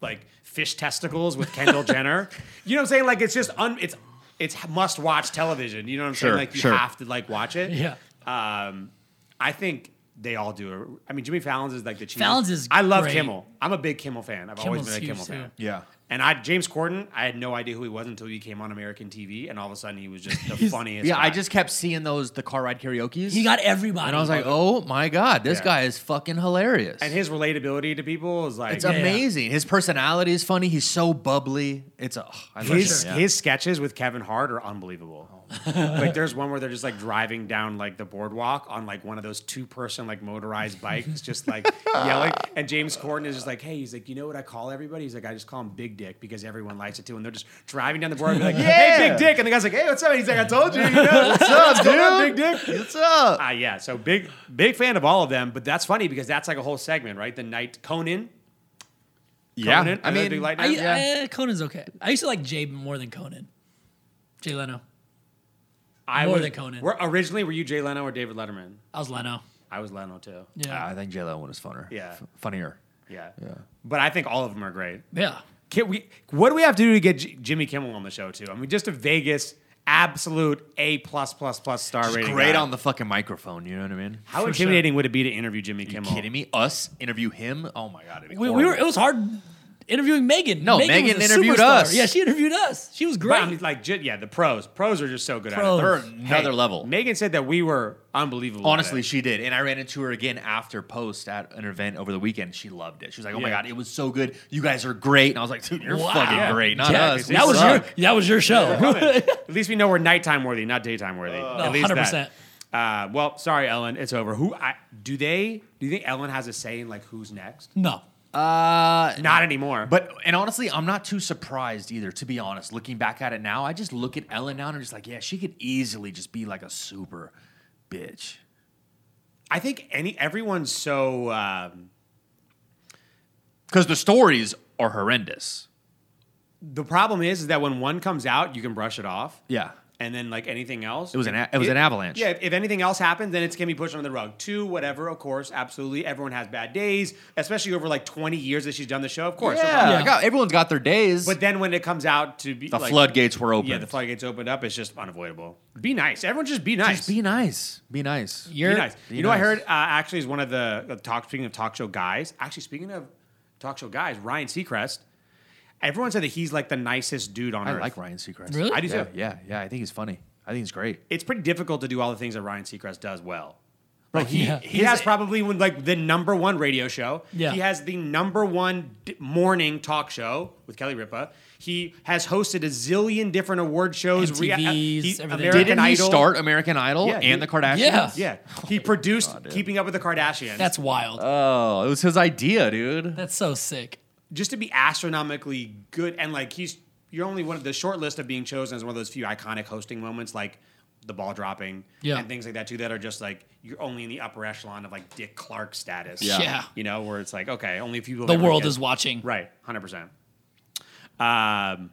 A: like fish testicles with Kendall Jenner, you know what I'm saying? Like it's just un it's it's must watch television. You know what I'm
C: Sure,
A: saying? Like you
C: sure.
A: have to like watch it.
B: Yeah.
A: Um, I think. They all do. I mean, Jimmy Fallon's is like the cheese.
B: Fallon's is
A: I love
B: great.
A: Kimmel. I'm a big Kimmel fan. I've always
B: Kimmel's
A: been a
B: huge,
A: Kimmel
B: too.
A: fan.
C: yeah.
A: And I James Corden, I had no idea who he was until he came on American TV, and all of a sudden he was just the funniest.
C: Yeah,
A: guy.
C: I just kept seeing those the car ride karaoke's.
B: He got everybody.
C: and I was like, oh my god, this
A: Yeah.
C: guy is fucking hilarious.
A: and his relatability to people is like
C: it's
B: Yeah.
C: amazing. His personality is funny. He's so bubbly. It's a oh, I love
A: his
C: him, yeah.
A: his sketches with Kevin Hart are unbelievable. like there's one where they're just like driving down like the boardwalk on like one of those two person like motorized bikes, just like yelling. And James Corden is just like, hey, he's like, you know what I call everybody? He's like, I just call him Big Dick because everyone likes it too. And they're just driving down the boardwalk, like, hey, Big Dick, and the guy's like, hey, what's up? he's like, I told you, you know, what's up, dude? Big Dick.
C: What's up?
A: Ah, yeah. So big, big fan of all of them. But that's funny because that's like a whole segment, right? The night Conan. Conan,
C: I
A: another
C: mean,
A: big light
B: I,
A: night.
B: I- Conan's okay. I used to like Jay more than Conan. Jay Leno.
A: I
B: more
A: was-
B: than Conan.
A: Were, originally, were you Jay Leno or David Letterman?
B: I was Leno. Uh,
A: I was Leno too.
B: Yeah.
C: I think J Lo one is funner.
A: Yeah.
C: F- funnier.
A: Yeah. But I think all of them are great.
B: yeah.
A: Can we, what do we have to do to get J- Jimmy Kimmel on the show too? I mean, just a Vegas absolute A plus plus plus star
C: Just
A: rating.
C: great
A: guy.
C: on the fucking microphone. You know what I mean?
A: How
B: for
A: intimidating would it be to interview Jimmy Kimmel?
C: Kidding me? Us interview him? Oh my god! it'd be
B: We, we were.
C: horrible.
B: It was hard interviewing Megan.
C: No, Megan
B: was a
C: interviewed
B: superstar.
C: us.
B: Yeah, she interviewed us. She was
A: But
B: great.
A: I mean, like, ju- yeah, the pros. Pros are just so good
B: Pros.
A: at it.
C: They're another
A: Hey,
C: level.
A: Megan said that we were unbelievable. at
C: Honestly,
A: it.
C: she did, and I ran into her again after post at an event over the weekend. She loved it. She was like, "Oh my
A: Yeah.
C: god, it was so good! You guys are great!" And I was like, "Dude, you're
B: Wow.
C: fucking
B: Yeah.
C: great, not
B: Yeah,
C: us." We
B: That was
C: suck.
B: your. That was your show.
A: At least we know we're nighttime worthy, not daytime worthy.
C: Uh,
A: At least
B: 100%.
A: that. Uh, well, sorry, Ellen, it's over. Who I, do they? Do you think Ellen has a say in like who's next?
B: no.
C: Uh,
A: Not anymore.
C: But and honestly, I'm not too surprised either. To be honest, looking back at it now, I just look at Ellen now and I'm just like, yeah, she could easily just be like a super bitch.
A: I think any everyone's so um,
C: Because the stories are horrendous.
A: the problem is, is that when one comes out, you can brush it off.
C: Yeah.
A: And then like anything else,
C: It was an a- it was an avalanche.
A: Yeah, if, if anything else happens, then it's gonna be pushed under the rug. Two, whatever, of course, absolutely. Everyone has bad days, especially over like 20 years that she's done the show. Of course,
C: Yeah.
B: Yeah.
C: Like, oh, everyone's got their days.
A: But then when it comes out to be
C: the
A: like-
C: floodgates were open.
A: Yeah, the floodgates opened up. It's just unavoidable. Be nice. Everyone just be nice.
C: Just be nice. Be nice.
A: Be nice.
C: Be
A: you know, what I
C: nice.
A: heard uh, actually is one of the the talk. Speaking of talk show guys, actually speaking of talk show guys, Ryan Seacrest. Everyone said that he's like the nicest dude on
C: I
A: earth.
C: like Ryan Seacrest.
B: Really?
A: I do
C: Yeah,
A: too.
C: yeah, yeah. I think he's funny. I think he's great.
A: It's pretty difficult to do all the things that Ryan Seacrest does well.
C: Bro, he,
B: yeah.
A: He has probably one- like the number one radio show.
B: Yeah.
A: He has the number one d- morning talk show with Kelly Ripa. He has hosted a zillion different award shows. rea- uh,
B: MTVs,
A: he-
B: everything.
A: American
C: didn't he
A: Idol.
C: start American Idol
A: Yeah,
C: and
A: he-
C: the Kardashians?
B: Yeah.
A: Yeah, he produced
C: Oh God, dude.
A: Keeping Up with the Kardashians.
B: That's wild.
C: Oh, it was his idea, dude.
B: That's so sick.
A: just to be astronomically good and like he's you're only one of the short list of being chosen as one of those few iconic hosting moments like the ball dropping
B: Yeah.
A: and things like that too that are just like you're only in the upper echelon of like Dick Clark status.
B: Yeah. Yeah.
A: You know, where it's like, okay, only a few people
B: The
A: ever
B: world
A: get-
B: is watching.
A: Right, hundred percent. Um,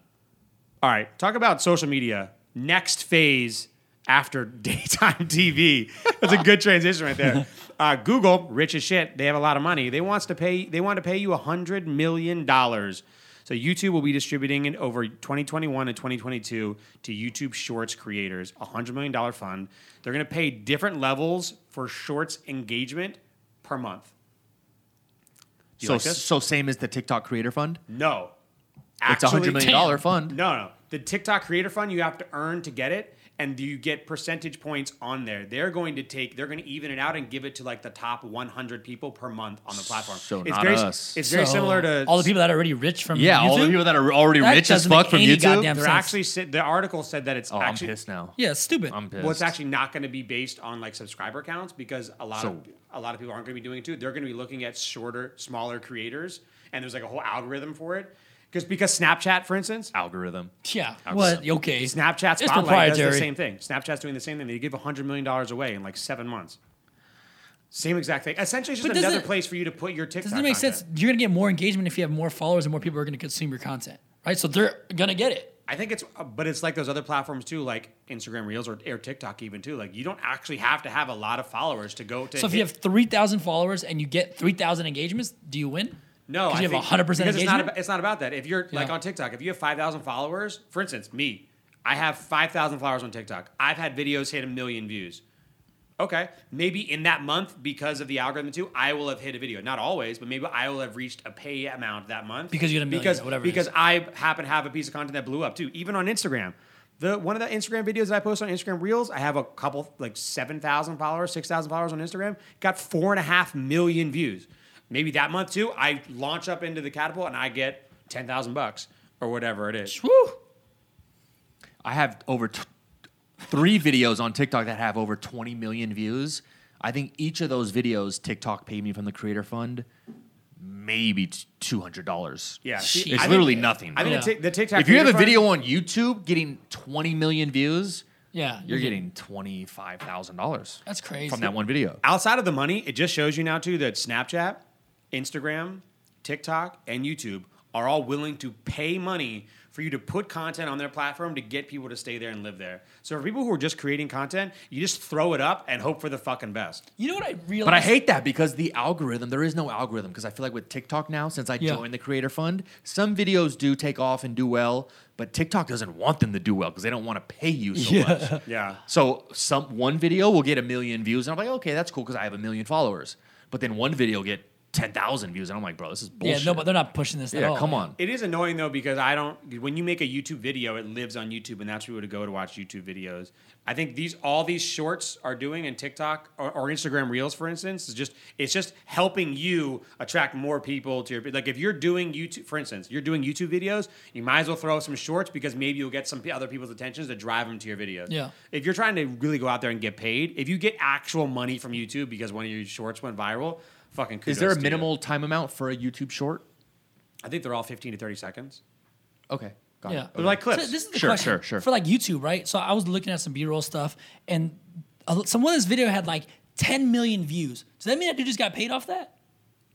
A: all right, talk about social media. Next phase after daytime TV. That's a good transition right there. Uh, Google, rich as shit. They have a lot of money. They wants to pay. They want to pay you hundred million dollars. So YouTube will be distributing in over 2021 and 2022 to YouTube Shorts creators, a hundred million dollar fund. They're going to pay different levels for Shorts engagement per month. Do you
C: So
A: like this?
C: so same as the TikTok Creator Fund.
A: No.
C: It's a hundred million dollar fund.
A: No, no. The TikTok creator fund, you have to earn to get it. And you get percentage points on there. They're going to take, they're going to even it out and give it to like the top 100 people per month on the platform.
C: So
A: it's
C: not
A: very,
C: us.
A: It's very
B: So,
A: similar to
B: all the people that are already rich from
C: Yeah,
B: YouTube.
C: all the people that are already
B: That
C: rich as
B: doesn't make
C: fuck from
B: any
C: YouTube.
B: goddamn
A: They're
B: sense.
A: actually si- the article said that it's
C: oh,
A: actually
C: I'm pissed now.
B: yeah, it's stupid.
C: I'm pissed.
A: well, it's actually not going to be based on like subscriber counts because a lot of
C: So-
A: a lot of people aren't going to be doing it too. They're going to be looking at shorter, smaller creators, and there's like a whole algorithm for it. Because because Snapchat, for instance,
C: algorithm.
B: yeah. What? Okay.
A: Snapchat
B: It's
A: Spotlight does the
B: proprietary.
A: same thing. Snapchat's doing the same thing. They give hundred million dollars away in like seven months. Same exact thing. Essentially, it's
B: But
A: just another
B: doesn't-
A: place for you to put your TikTok.
B: Doesn't it make
A: content.
B: sense? You're gonna get more engagement if you have more followers and more people are gonna consume your content, right? So they're gonna get it.
A: I think it's, uh, but it's like those other platforms too, like Instagram Reels or, or TikTok even too. Like you don't actually have to have a lot of followers to go to.
B: So if
A: hit-
B: you have three thousand followers and you get three thousand engagements, do you win?
A: no,
B: 'Cause
A: I
B: you have
A: think-
B: hundred percent
A: because it's
B: engagement.
A: not about, it's not about that. If you're like
B: Yeah.
A: on TikTok, if you have five thousand followers, for instance, me, I have five thousand followers on TikTok. I've had videos hit a million views. Okay, maybe in that month because of the algorithm too, I will have hit a video. Not always, but maybe I will have reached a pay amount that month
B: Because you hit a million,
A: because
B: whatever it
A: because
B: is.
A: I happen to have a piece of content that blew up too. Even on Instagram, the one of the Instagram videos that I post on Instagram Reels, I have a couple like seven thousand followers, six thousand followers on Instagram, got four and a half million views. Maybe that month too, I launch up into the catapult and I get ten thousand bucks or whatever it is.
B: Woo!
C: I have over t- three videos on TikTok that have over 20 million views. I think each of those videos, TikTok paid me from the creator fund, maybe t- $200.
A: Yeah,
B: Shit.
C: It's
A: I think-
C: literally nothing.
A: I think
B: Yeah.
A: the, Tik- the TikTok.
C: if you have a
A: creator fund-
C: video on YouTube getting 20 million views,
B: Yeah,
C: you're getting $25,000
B: Mm-hmm. that's crazy.
C: from that one video.
A: outside of the money, it just shows you now too that Snapchat, Instagram, TikTok, and YouTube are all willing to pay money for you to put content on their platform to get people to stay there and live there. So for people who are just creating content, you just throw it up and hope for the fucking best.
B: You know what I realized?
C: But I hate that because the algorithm, there is no algorithm. Because I feel like with TikTok now, since I
B: Yeah.
C: joined the creator fund, some videos do take off and do well, but TikTok doesn't want them to do well because they don't want to pay you so much.
A: Yeah.
C: So some one video will get a million views, and I'm like, okay, that's cool because I have a million followers. But then one video will get ten thousand views, and I'm like, bro, this is
B: Yeah,
C: bullshit.
B: no, but they're not pushing this at
C: yeah,
B: all.
C: come on.
A: It is annoying though because I don't. When you make a YouTube video, it lives on YouTube, and that's where you would go to watch YouTube videos. I think these all these shorts are doing and TikTok or, or Instagram Reels, for instance, is just it's just helping you attract more people to your like. If you're doing YouTube, for instance, you're doing YouTube videos, you might as well throw some shorts because maybe you'll get some p- other people's attentions to drive them to your videos.
B: Yeah.
A: If you're trying to really go out there and get paid, if you get actual money from YouTube because one of your shorts went viral, fucking. Kudos
C: Is there a
A: to you.
C: minimal time amount for a YouTube short?
A: I think they're all 15 to 30 seconds.
C: Okay, got
B: Yeah.
C: it.
A: They're like clips.
B: So this is the
C: Sure,
B: question
C: sure, sure.
B: for like YouTube, right? So I was looking at some B-roll stuff, and a- someone's video had like 10 million views. Does that mean that dude just got paid off that?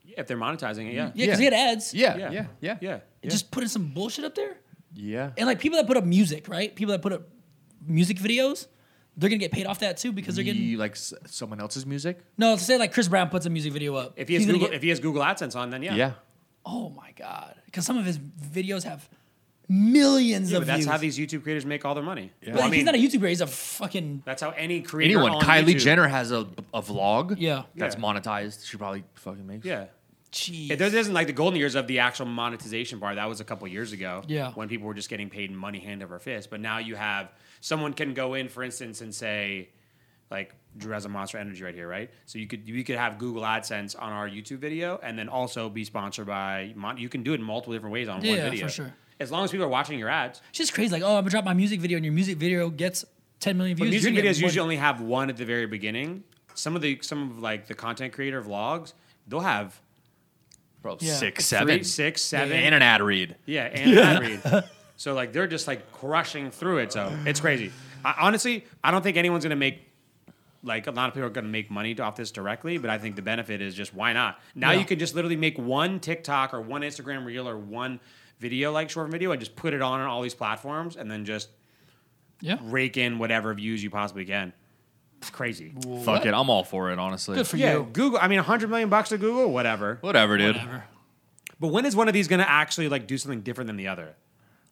A: If they're monetizing it, yeah.
B: Yeah, because
C: Yeah.
B: he had ads.
C: Yeah,
A: Yeah.
C: yeah, yeah, yeah,
A: Yeah.
B: And Just putting some bullshit up there,
C: yeah.
B: and like people that put up music, right? People that put up music videos, they're gonna get paid off that too because they're getting
C: You like s- someone else's music?
B: no. Let's say like Chris Brown puts a music video up.
A: If he has
B: he's gonna
A: Google,
B: get-
A: if he has Google AdSense on, then yeah.
C: yeah.
B: oh my god, because some of his videos have millions
A: Yeah,
B: of
A: but that's
B: views.
A: how these YouTube creators make all their money.
B: But
A: Well, I mean,
B: he's not a YouTuber. He's a fucking
A: that's how any creator.
C: anyone.
A: on
C: Kylie
A: YouTube-
C: Jenner has a, a vlog.
B: Yeah.
C: That's
A: Yeah.
C: monetized. She probably fucking makes.
A: Yeah.
B: cheese.
A: It does isn't like the golden years of the actual monetization bar. That was a couple years ago.
B: Yeah.
A: When people were just getting paid in money hand over fist. But now you have someone can go in, for instance, and say, like Drew has a monster energy right here, right? So you could you could have Google AdSense on our YouTube video, and then also be sponsored by. Mon- you can do it in multiple different ways on one
B: Yeah,
A: video.
B: for sure.
A: As long as people are watching your ads,
B: It's just crazy. Like, oh, I'm gonna drop my music video, and your music video gets 10 million
A: But
B: views.
A: music
B: You're gonna
A: videos
B: get more-
A: usually only have one at the very beginning. Some of the some of like the content creator vlogs, they'll have
C: Bro,
B: Yeah.
C: six,
A: three,
C: seven,
A: six, seven,
C: and an ad read.
A: yeah, and ad read. So like they're just like crushing through it. So it's crazy. I, honestly, I don't think anyone's going to make like a lot of people are going to make money off this directly, but I think the benefit is just why not? Now
B: Yeah.
A: you can just literally make one TikTok or one Instagram reel or one video like short video and just put it on on all these platforms and then just
B: Yeah.
A: rake in whatever views you possibly can. It's crazy.
C: Fuck it, I'm all for it. Honestly,
B: Good for
A: yeah,
B: you.
A: Google. I mean, 100 million bucks to Google, whatever.
C: whatever, dude.
B: Whatever.
A: But when is one of these going to actually like do something different than the other?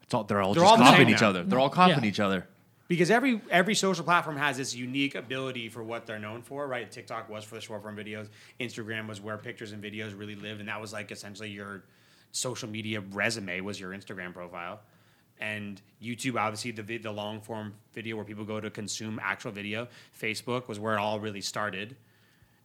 C: It's all, they're all
A: They're
C: just
A: all the
C: copying
A: same
C: each
A: now.
C: other. They're all copying
B: Yeah.
C: each other.
A: because every every social platform has this unique ability for what they're known for, right? TikTok was for the short form videos, Instagram was where pictures and videos really lived, and that was like essentially your social media resume was your Instagram profile, and YouTube obviously the vid- the long form video where people go to consume actual video. Facebook was where it all really started.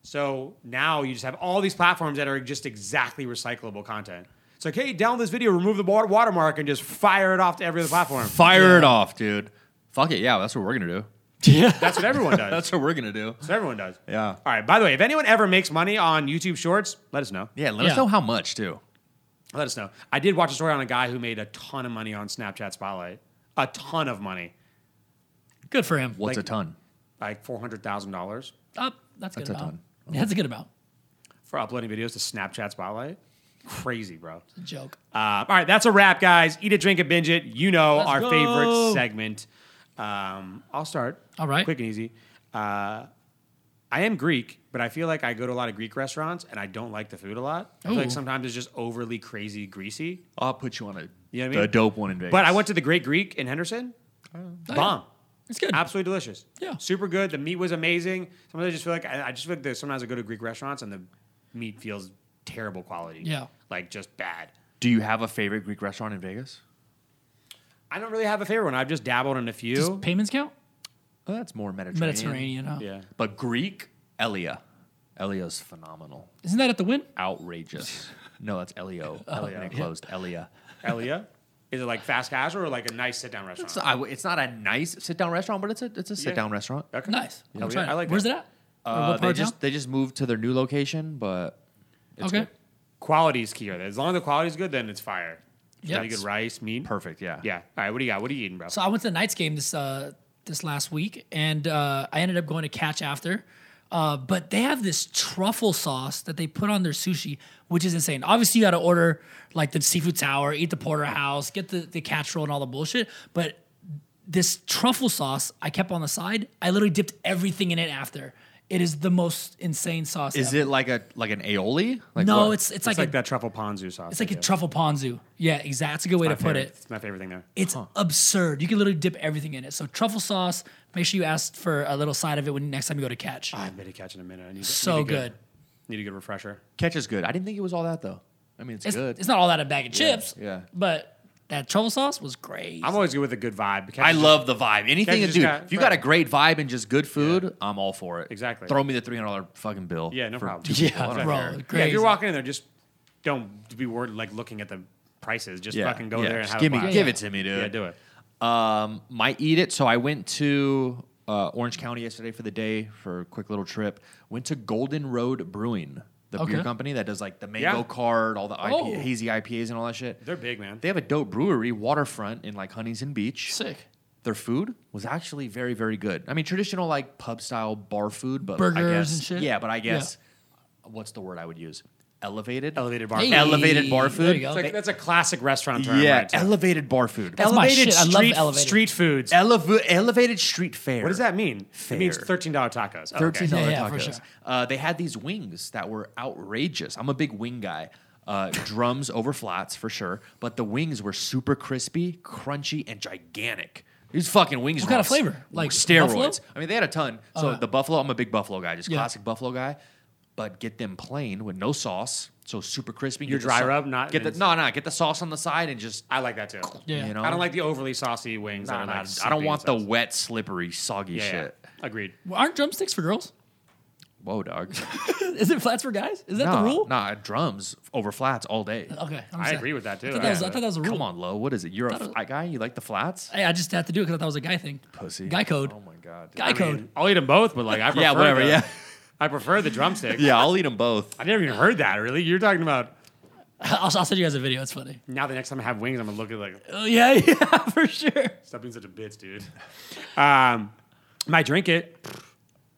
A: So now you just have all these platforms that are just exactly recyclable content. It's like, hey, download this video, remove the wa- watermark, and just fire it off to every other platform.
C: Fire it off, dude. Fuck it. Yeah, that's what we're gonna do.
A: That's what everyone does.
C: That's what we're gonna do.
A: So everyone does.
C: Yeah.
A: All right. By the way, if anyone ever makes money on YouTube Shorts, let us know.
C: Yeah, let
B: Yeah.
C: us know how much too.
A: Let us know. I did watch a story on a guy who made a ton of money on Snapchat Spotlight. A ton of money,
B: Good for him.
C: What's
A: Like-
C: a ton?
A: like four hundred thousand dollars
B: Up. That's,
C: That's
B: good
C: a
B: amount.
C: ton.
B: Yeah, that's a good amount.
A: for uploading videos to Snapchat Spotlight. Crazy, bro.
B: Joke.
A: Uh, all right, that's a wrap, guys. Eat it, drink it, binge it. You know
B: Let's
A: our
B: go.
A: favorite segment. Um, I'll start.
B: All right.
A: Quick and easy. Uh, I am Greek, but I feel like I go to a lot of Greek restaurants and I don't like the food a lot. I feel
B: Ooh.
A: like sometimes it's just overly crazy greasy.
C: I'll put you on a,
A: You know what I mean?
C: a dope one in Vegas.
A: But I went to the Great Greek in Henderson. Bomb.
B: It's good.
A: Absolutely delicious.
B: Oh, Yeah.
A: Super good. The meat was amazing. Sometimes I just feel like I, I just feel like there's sometimes I go to Greek restaurants and the meat feels terrible quality.
B: Yeah.
A: Like just bad.
C: Do you have a favorite Greek restaurant in Vegas?
A: I don't really have a favorite one. I've just dabbled in a few.
B: Does payments count?
C: Oh, that's more Mediterranean.
B: Mediterranean. Huh?
A: yeah.
C: But Greek, Elia. Elia's phenomenal.
B: Isn't that at the win?
C: Outrageous. no, that's Elio. Elio. It closed. Elia.
A: Elia. Is it like fast casual or like a nice sit down restaurant?
C: It's, I, it's not a nice sit down restaurant, but it's a it's a sit down restaurant.
A: Okay.
B: Nice.
A: Yeah,
B: I'll try
A: I like
B: it. Where's
A: that.
B: it at? Or
C: Uh,
B: what
C: they
B: part of
C: just
B: town?
C: they just moved to their new location, but it's
B: okay.
C: good.
A: Quality is key. here. As long as the quality is good, then it's fire.
B: Yeah.
A: Really good rice, meat.
C: perfect. Yeah,
A: Yeah. All right. What do you got? What are you eating, bro?
B: So I went to the Knights game this uh, this last week, and uh, I ended up going to catch after. Uh, but they have this truffle sauce that they put on their sushi, which is insane. Obviously, you got to order like the seafood tower, eat the porterhouse, get the the catch roll, and all the bullshit. But this truffle sauce I kept on the side. I literally dipped everything in it after. It is the most insane sauce.
C: Is
B: ever.
C: it like a like an aioli? Like
B: No,
C: what?
B: it's it's,
A: it's
B: like,
A: like,
B: a,
A: that truffle ponzu sauce.
B: it's like a truffle ponzu. Yeah, exactly. That's a good way to put it.
A: It's my favorite thing there.
B: It's absurd. You can literally dip everything in it. So truffle sauce. Make sure you ask for a little side of it when next time you go to catch.
A: I haven't made a catch in a minute. I need,
B: So
A: need a
B: good.
A: Need a good refresher.
C: catch is good. I didn't think it was all that though. I mean, it's,
B: It's,
C: good.
B: it's not all that a bag of chips.
C: yeah.
B: But that truffle sauce was great.
A: I'm always good with a good vibe. Catch
C: I
A: is-
C: love the vibe. Anything,
A: Catch is
C: dude.
A: got-
C: if you got a
A: right.
C: great vibe and just good food, I'm all for it.
A: Exactly.
C: Throw me the three hundred dollar fucking bill.
A: Yeah, no
C: for
A: problem.
C: two
A: Yeah,
C: people. I don't
B: bro.
C: care.
A: Yeah, if
B: Crazy.
A: you're walking in there, just don't be worried like looking at the prices. Just
C: Yeah,
A: fucking go
C: yeah.
A: there and
C: Just
A: have
C: give
A: a
C: me,
A: blast.
C: give it to me, dude.
A: Yeah, do it.
C: Um, might eat it. So I went to uh, Orange County yesterday for the day for a quick little trip. Went to Golden Road Brewing, the
B: Okay.
C: beer company that does like the mango
A: Yeah.
C: card, all the IP,
B: Oh.
C: hazy IPAs and all that shit.
A: They're big, man.
C: They have a dope brewery, Waterfront, in like Huntington Beach.
B: sick.
C: Their food was actually very, very good. I mean, traditional like pub style bar food, but I
B: Burgers
C: guess,
B: and shit?
C: Yeah, but I
B: Yeah.
C: guess what's the word I would use? Elevated.
A: Elevated bar.
B: Hey,
A: food.
C: Elevated bar
B: There
C: food.
B: you go.
A: It's like- that's a classic restaurant term.
C: yeah,
A: right?
C: elevated bar food.
B: That's my shit. I love
A: street,
B: elevated.
A: street foods.
C: Eleva- elevated street fare.
A: what does that mean? It means
C: Fair.
A: thirteen dollar tacos. Oh, okay.
C: Thirteen dollar
B: Yeah, yeah, for
C: tacos.
B: sure.
C: Uh, they had these wings that were outrageous. I'm a big wing guy. Uh, drums over flats for sure, but the wings were super crispy, crunchy, and gigantic. These fucking wings.
B: What kind
C: were
B: of
C: on
B: flavor?
C: s-
B: Like
C: steroids.
B: buffalo? Uh-huh.
C: I mean, they had a ton. So the buffalo. I'm a big buffalo guy, just
B: Yeah.
C: classic buffalo guy. But get them plain with no sauce, so super crispy.
A: Your
C: Get the
A: dry
C: sau-
A: rub, not-
C: get the no, no. Get the sauce on the side and just.
A: I like that too.
B: Yeah.
C: You know,
A: I don't like the overly saucy wings.
C: Nah,
A: that are
C: nah,
A: like
C: I
A: soupy
C: don't
A: and
C: want the
A: saucy.
C: wet, slippery, soggy
A: yeah, yeah.
C: shit.
A: Agreed.
B: Well, aren't drumsticks for girls?
C: Whoa, dog.
B: Is it flats for guys? Is that
C: nah,
B: the rule?
C: Nah, drums over flats all day.
B: Okay. I'm
A: I
B: sad.
A: agree with that too.
B: I thought that was, I thought that was a rule.
C: Come on, Lo. What is it? You're a
B: Thought it-
C: flat guy. You like the flats?
B: Hey, I just had to do it because I thought it was a guy thing.
C: Pussy.
B: Guy code.
C: Oh my god. dude.
B: guy
A: I
B: code.
A: mean, I'll eat them both, but like I prefer
C: Yeah, whatever,
A: the-
C: yeah.
A: I prefer the drumstick.
C: Yeah, I'll eat them both.
A: I never even heard that. Really, you're talking about
B: I'll, I'll send you guys a video. It's funny.
A: Now the next time I have wings, I'm gonna look at it like
B: Oh yeah, yeah, for sure.
A: stop being such a bitch, dude. Um, my drink it,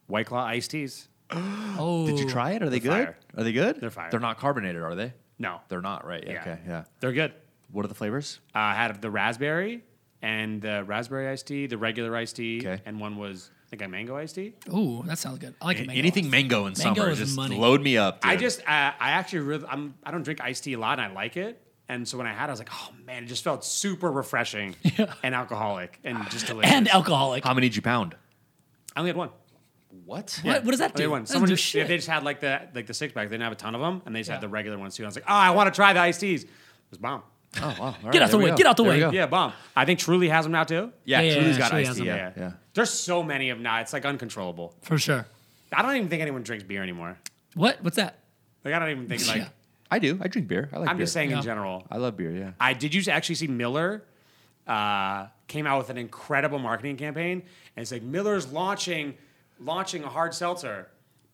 A: White Claw iced teas.
B: Oh,
C: Did you try it? Are they good?
A: fire.
C: Are they good?
A: They're fire.
C: They're not carbonated, are they?
A: No,
C: They're not, right? Yeah.
A: Yeah.
C: Okay, yeah.
A: they're good.
C: What are the flavors?
A: Uh, I had the raspberry and the raspberry iced tea, the regular iced tea,
C: Okay.
A: and one was I think a mango iced tea.
B: Ooh, that sounds good. I like it. mango.
C: Anything mango in
B: Mango
C: summer,
B: is
C: just
B: money.
C: load me up.
A: I
C: dude.
A: just uh, I actually really I'm I don't drink iced tea a lot and I like it. And so when I had it, I was like, oh man, it just felt super refreshing and alcoholic and just delicious.
B: and uh, alcoholic.
C: How many did you pound?
A: I only had one.
C: What?
B: What, what does that
A: I only had
B: do?
A: one.
B: That doesn't
A: Someone
B: do
A: just
B: shit.
A: Oh, they just had like the like the six pack. They didn't have a ton of them, and they just
B: Yeah.
A: had the regular ones too. I was like, oh, I want to try the iced teas. It was bomb.
C: Oh, wow. All right,
B: Get out the
C: there we
B: way,
C: go.
B: get out the
C: There
B: way.
C: we go.
A: Yeah, bomb. I think Truly has them now too.
C: Yeah,
B: Oh. Yeah, yeah,
C: Truly's
B: yeah,
C: got
B: Truly
C: iced
B: has
C: tea.
B: them.
C: Yeah, yeah.
A: There's so many of them now. It's like uncontrollable.
B: for sure.
A: I don't even think anyone drinks beer anymore.
B: What? What's that?
A: Like I don't even think like
B: Yeah.
C: I do. I drink beer. I like
A: I'm
C: beer.
A: just saying
B: Yeah.
A: in general.
C: I love beer, yeah.
A: I did you actually see Miller uh, came out with an incredible marketing campaign, and it's like Miller's launching launching a hard seltzer,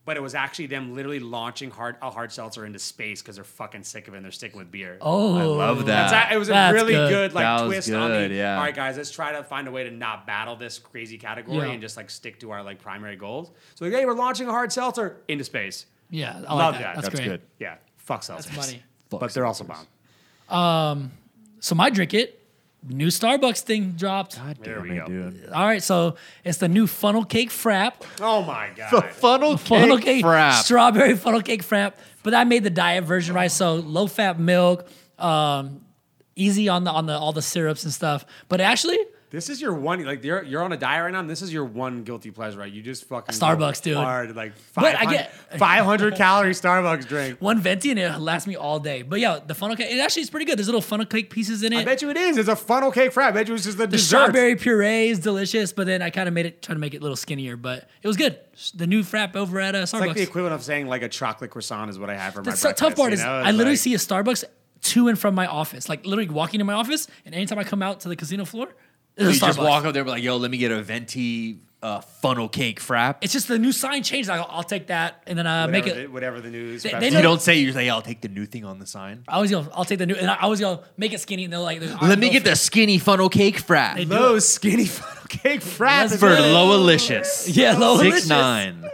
A: but it was actually them literally launching hard a hard seltzer into space because they're fucking sick of it and they're sticking with beer.
B: Oh,
C: I love that.
A: It's a- it was a
B: That's
A: really
B: good.
A: good, like
C: That was
A: twist on the.
C: good, yeah.
A: All right, guys, let's try to find a way to not battle this crazy category
B: Yeah.
A: and just like stick to our like primary goals. So like, hey, we're launching a hard seltzer into space.
B: Yeah, I like
A: Love
B: that.
A: that.
B: That's,
C: That's
B: great.
C: good.
A: Yeah, fuck seltzers.
B: money.
C: Fuck
A: but they're also bomb.
B: So my drink it. New Starbucks thing dropped.
C: God
A: There
C: damn
A: we
C: it,
A: go.
C: dude.
B: All right, so it's the new funnel cake frap.
A: Oh my god.
C: The funnel cake,
B: funnel cake,
C: frap.
B: strawberry funnel cake frap. But I made the diet version, right? So low fat milk, um, easy on the on the all the syrups and stuff. But actually,
A: This is your one, like you're you're on a diet right now. And this is your one guilty pleasure, right? You just fucking go
B: Starbucks, dude.
A: Hard, like
B: But
A: five
B: I
A: hundred
B: get-
A: five hundred calorie Starbucks drink.
B: one venti and it lasts me all day. But yeah, the funnel cake it actually is pretty good. There's little funnel cake pieces in it.
A: I bet you it is. It's a funnel cake fry. I bet you it's just the,
B: the
A: dessert.
B: strawberry puree is delicious, but then I kind of made it trying to make it a little skinnier, but it was good. The new frap over at uh, Starbucks.
A: It's like the equivalent of saying like a chocolate croissant is what I have for
B: The
A: my
B: su-
A: breakfast.
B: tough part
A: you
B: is
A: know?
B: I
A: It's
B: literally
A: like-
B: see a Starbucks to and from my office, like literally walking to my office, and anytime I come out to the casino floor,
C: You
B: there's a
C: just
B: Starbucks.
C: walk up there and be like, yo, let me get a venti uh, funnel cake frap.
B: It's just the new sign changed. I'll, I'll take that, and then uh,
A: whatever
B: make it.
A: the, whatever the news.
B: They- they
A: festival-
B: know-
C: you don't say, you say, I'll take the new thing on the sign.
B: I always go. I'll take the new, and I always go make it skinny. And they're like, "Oh,
C: Let me get the skinny funnel cake frap.
B: They do
A: low skinny funnel cake fry.
B: That's
A: is
B: for
A: really-
B: low-
C: Loalicious.
B: Yeah, Loalicious.
C: Six nine.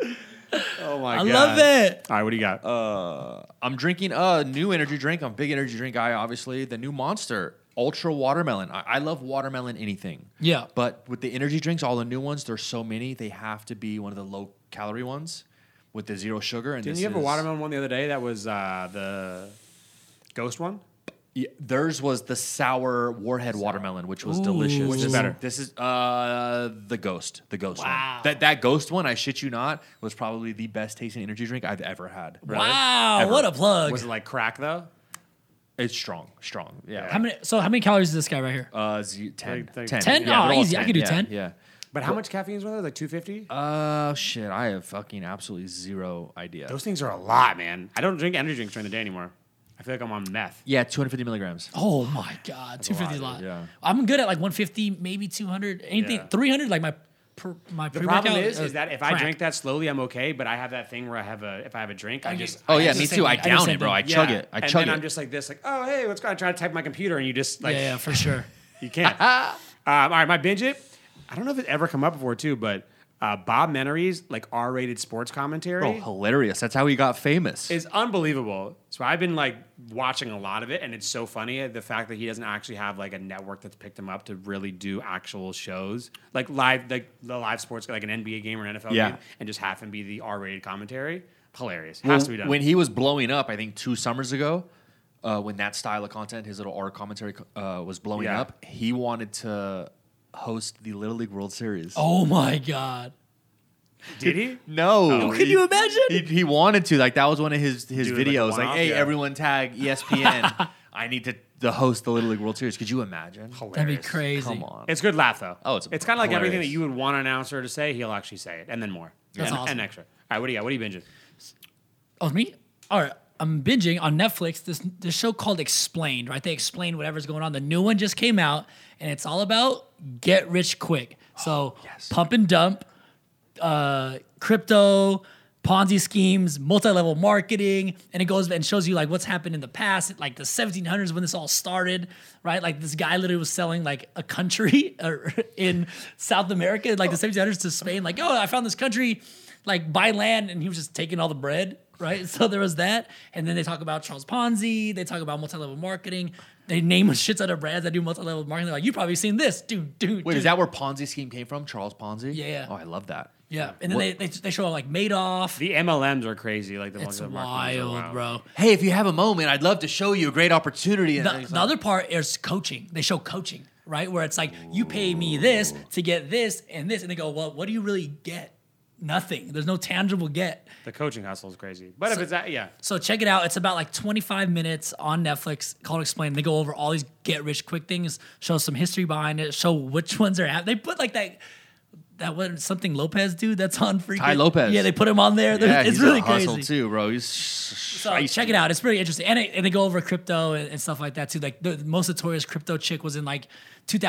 A: Oh my
B: I
A: god.
B: love it.
A: All right, what do you got?
C: Oh, I'm drinking a new energy drink. I'm a big energy drink guy, obviously. The new Monster Ultra Watermelon. I, I love watermelon anything.
B: Yeah.
C: But with the energy drinks, all the new ones, there's so many. They have to be one of the low calorie ones with the zero sugar. And
A: Didn't
C: this
A: you have a
C: is-
A: watermelon one the other day? That was uh, the ghost one.
C: Yeah, theirs was the sour Warhead watermelon, which was delicious.
B: Which
A: is
C: This-
A: better?
C: This is uh, the Ghost. The Ghost
B: Wow.
C: one. That that Ghost one, I shit you not, was probably the best tasting energy drink I've ever had.
B: Wow,
C: Ever.
B: what a plug.
A: Was it like crack though?
C: It's strong, strong. Yeah.
B: how many? So how many calories is this guy right here?
C: Uh, z- 10.
A: Like- like-
C: 10?
B: Ten?
C: Yeah,
B: Aw,
C: they're all
B: easy. I could do
C: yeah,
B: 10.
C: Yeah.
A: But how much caffeine is one of those? Like two fifty.
C: Uh, shit. I have fucking absolutely zero idea.
A: Those things are a lot, man. I don't drink energy drinks during the day anymore. I feel like I'm on meth.
C: yeah, 250 milligrams.
B: Oh my god, two fifty is a
A: lot,
B: lot.
C: yeah.
B: I'm good at like one fifty, maybe two hundred, anything
A: Yeah.
B: three hundred. Like my pr- my
A: The problem is, is that if I drink that slowly, I'm okay. But I have that thing where I have a if I have a drink, I
B: you-
A: just
C: Oh,
B: I
C: yeah,
B: do the
C: me
B: same
C: too.
B: thing.
C: I
B: I do the
C: down
B: same
C: it, bro. I
B: thing.
C: chug
A: Yeah.
C: it. I
A: and
C: chug
A: then
C: it.
A: I'm just like this, like oh hey, what's going? on? I try to type my computer, and you just like
B: yeah, yeah, for sure.
A: you can't. um, all right, my binge it. I don't know if it's ever come up before too, but uh, Bob Menery's like R-rated sports commentary.
C: Bro, hilarious. That's how he got famous.
A: is unbelievable. So I've been like watching a lot of it, and it's so funny the fact that he doesn't actually have like a network that's picked him up to really do actual shows, like live, like the live sports, like an NBA game or an NFL
C: Yeah.
A: game, and just have him be the R-rated commentary. Hilarious,
C: Well,
A: has to be done.
C: When he was blowing up, I think two summers ago, uh, when that style of content, his little art commentary uh, was blowing
A: Yeah.
C: up, he wanted to host the Little League World Series.
B: Oh my god,
A: Did he?
C: No,
B: Could you imagine?
C: Oh, He, he wanted to. Like that was one of his his
A: Do, like, a
C: videos. Like,
A: one-off,
C: hey,
A: yeah.
C: everyone, tag E ESPN. I need to, to host the Little League World Series. Could you imagine?
B: that'd be
A: Hilarious.
B: crazy.
C: Come on.
A: It's a good laugh though.
C: Oh, it's
A: it's kind of like everything that
C: hilarious.
A: you would want an announcer to say, he'll actually say it, and then more.
B: That's
A: and,
B: awesome.
A: And extra. All right, what do you got? What are you binging?
B: Oh me? All right. I'm binging on Netflix this this show called Explained, right? They explain whatever's going on. The new one just came out, and it's all about get rich quick. So pump and dump, uh, crypto, Ponzi schemes, multi-level marketing, and it goes and shows you like what's happened in the past, like the 1700s when this all started, right? Like this guy literally was selling like a country or in South America, like the 1700s to Spain, like oh I found this country, like buy land, and he was just taking all the bread, right? So there was that, and then they talk about Charles Ponzi, they talk about multi-level marketing, they name a shit ton of brands that do multi-level marketing. They're like you probably seen this, dude, dude.
C: Wait,
B: dude.
C: is that where Ponzi scheme came from? Charles Ponzi?
B: Yeah, yeah.
C: Oh, I love that.
B: yeah? And then
C: What-
B: they, they they show like Madoff.
A: The MLMs are crazy. Like the ones
B: it's
A: that market
B: wild,
A: themselves out.
B: bro.
C: Hey, if you have a moment, I'd love to show you a great opportunity. And
B: the,
C: it's
B: the
C: like-
B: other part is coaching. They show coaching, right? Where it's like you pay me this to get this and this, and they go, "Well, what do you really get? Nothing. There's no tangible get."
A: The coaching hustle is crazy. But if it's that, yeah.
B: So check it out. It's about like 25 minutes on Netflix called Explain. They go over all these get rich quick things, show some history behind it, show which ones are out. They put like that that one something Lopez dude that's on freaking
C: Ty Lopez.
B: Yeah, they put him on there.
C: yeah,
B: it's
C: he's
B: really
C: a
B: crazy.
C: hustle too, bro. He's
B: So check it out. It's pretty interesting. And, it, and they go over crypto and, and stuff like that too. Like the most notorious crypto chick was in like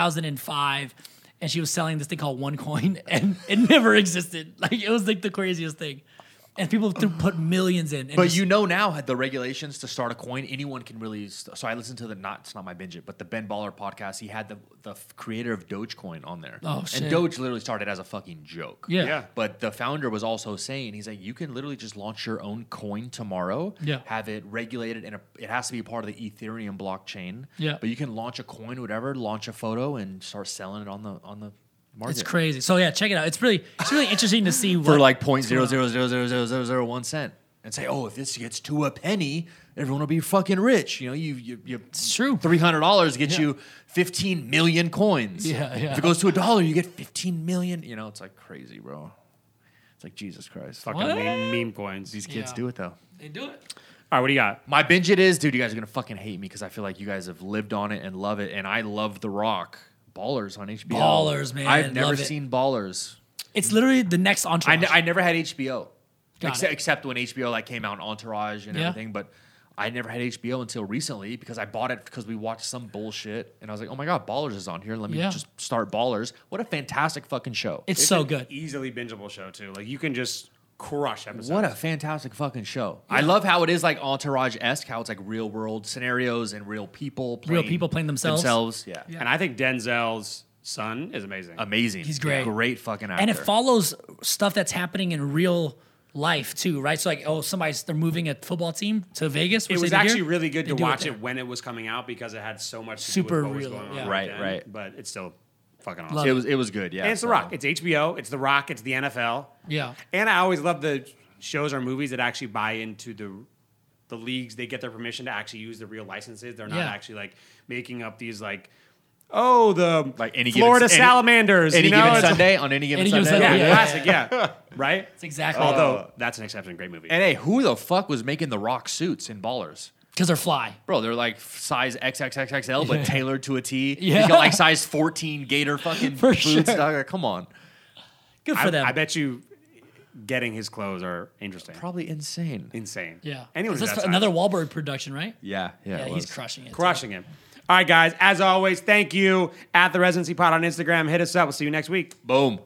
B: 2005 and she was selling this thing called OneCoin and it never existed. Like it was like the craziest thing. And people threw, put millions in. and
C: But
B: just-
C: you know now had the regulations to start a coin, anyone can really. st- So I listened to the not it's not my binge it, but the Ben Baller podcast. He had the the f- creator of Dogecoin on there.
B: Oh,
C: and
B: shit.
C: Doge literally started as a fucking joke.
B: Yeah.
A: Yeah.
C: But the founder was also saying he's like, you can literally just launch your own coin tomorrow.
B: Yeah.
C: Have it regulated and a- it has to be part of the Ethereum blockchain.
B: Yeah.
C: But you can launch a coin, whatever, launch a photo, and start selling it on the on the market.
B: It's crazy. So yeah, check it out. It's really it's really interesting to see what,
C: for like point zero zero zero zero zero zero zero one cent, and say, oh, if this gets to a penny, everyone will be fucking rich. You know, you you, you
B: it's true.
C: three hundred dollars gets you fifteen million coins.
B: Yeah, yeah.
C: If it goes to a dollar, you get fifteen million. You know, it's like crazy, bro. It's like Jesus Christ. Fuck,
A: Fucking
B: What?
A: meme, meme coins.
C: these kids
B: Yeah.
C: do it though.
B: They do it.
A: All right, what do you got?
C: My binge it is, dude. You guys are gonna fucking hate me because I feel like you guys have lived on it and love it, and I love The Rock. Ballers on HBO.
B: Ballers, man.
C: I've never
B: Love it.
C: seen Ballers.
B: It's literally the next
C: I,
B: entourage.
C: ne- I never had HBO,
B: Got
C: except,
B: it.
C: except when HBO like came out in Entourage and
B: Yeah.
C: everything. But I never had HBO until recently because I bought it because we watched some bullshit and I was like, oh my god, Ballers is on here. Let me
B: Yeah.
C: just start Ballers. What a fantastic fucking show!
B: it's so
A: an
B: good.
A: Easily bingeable show too. Like you can just crush episodes.
C: what a fantastic fucking show! I love how it is like Entourage esque, how it's like real world scenarios and real people, playing
B: people playing themselves.
C: Themselves, yeah.
A: And I think Denzel's son is amazing.
C: Amazing.
B: He's great.
C: Great fucking actor.
B: and it follows stuff that's happening in real life too, right? So like, oh, somebody's they're moving a football team to Vegas. which
A: it
B: they
A: was
B: did here.
A: actually really good
B: They
A: to
B: do
A: watch
B: there.
A: it, when it was coming out because it had so much to
B: Super
A: do with what
B: real,
A: was going on
B: yeah.
A: back
C: Right,
A: then.
C: right.
A: But it's still fucking awesome.
B: Love
C: It was it was good. Yeah.
A: and it's The
C: so-
A: Rock. It's HBO. It's The Rock. It's the NFL.
B: Yeah.
A: And I always love the shows or movies that actually buy into the the leagues. They get their permission to actually use the real licenses. They're not
B: Yeah.
A: actually like making up these like, oh the
C: Like any given-
A: Florida
C: any-
A: Salamanders.
C: Any
A: you know?
C: given
A: It's-
C: Sunday on any given
B: Any given
C: Sunday.
B: Sunday,
A: Yeah,
B: Yeah.
A: classic. Yeah, right.
B: It's exactly
A: Although that's an exception. Great movie.
C: And hey, who the fuck was making the rock suits in Ballers?
B: because they're fly.
C: Bro, they're like size XXXXL, but tailored to a T.
B: Yeah.
C: He's got like size 14 gator fucking
B: For
C: boots.
B: sure.
C: dog. Come on.
B: Good for
A: I,
B: them.
A: I bet you getting his clothes are interesting.
C: Probably insane.
A: Insane.
B: Yeah.
A: Anyone who's
B: That's
A: that
B: another
A: another
B: Wahlberg production, right?
C: Yeah, yeah.
B: Yeah,
C: it
B: he's
C: was.
B: crushing it.
A: crushing him. All right, guys. As always, thank you at the Residency Pod on Instagram. Hit us up. We'll see you next week.
C: Boom.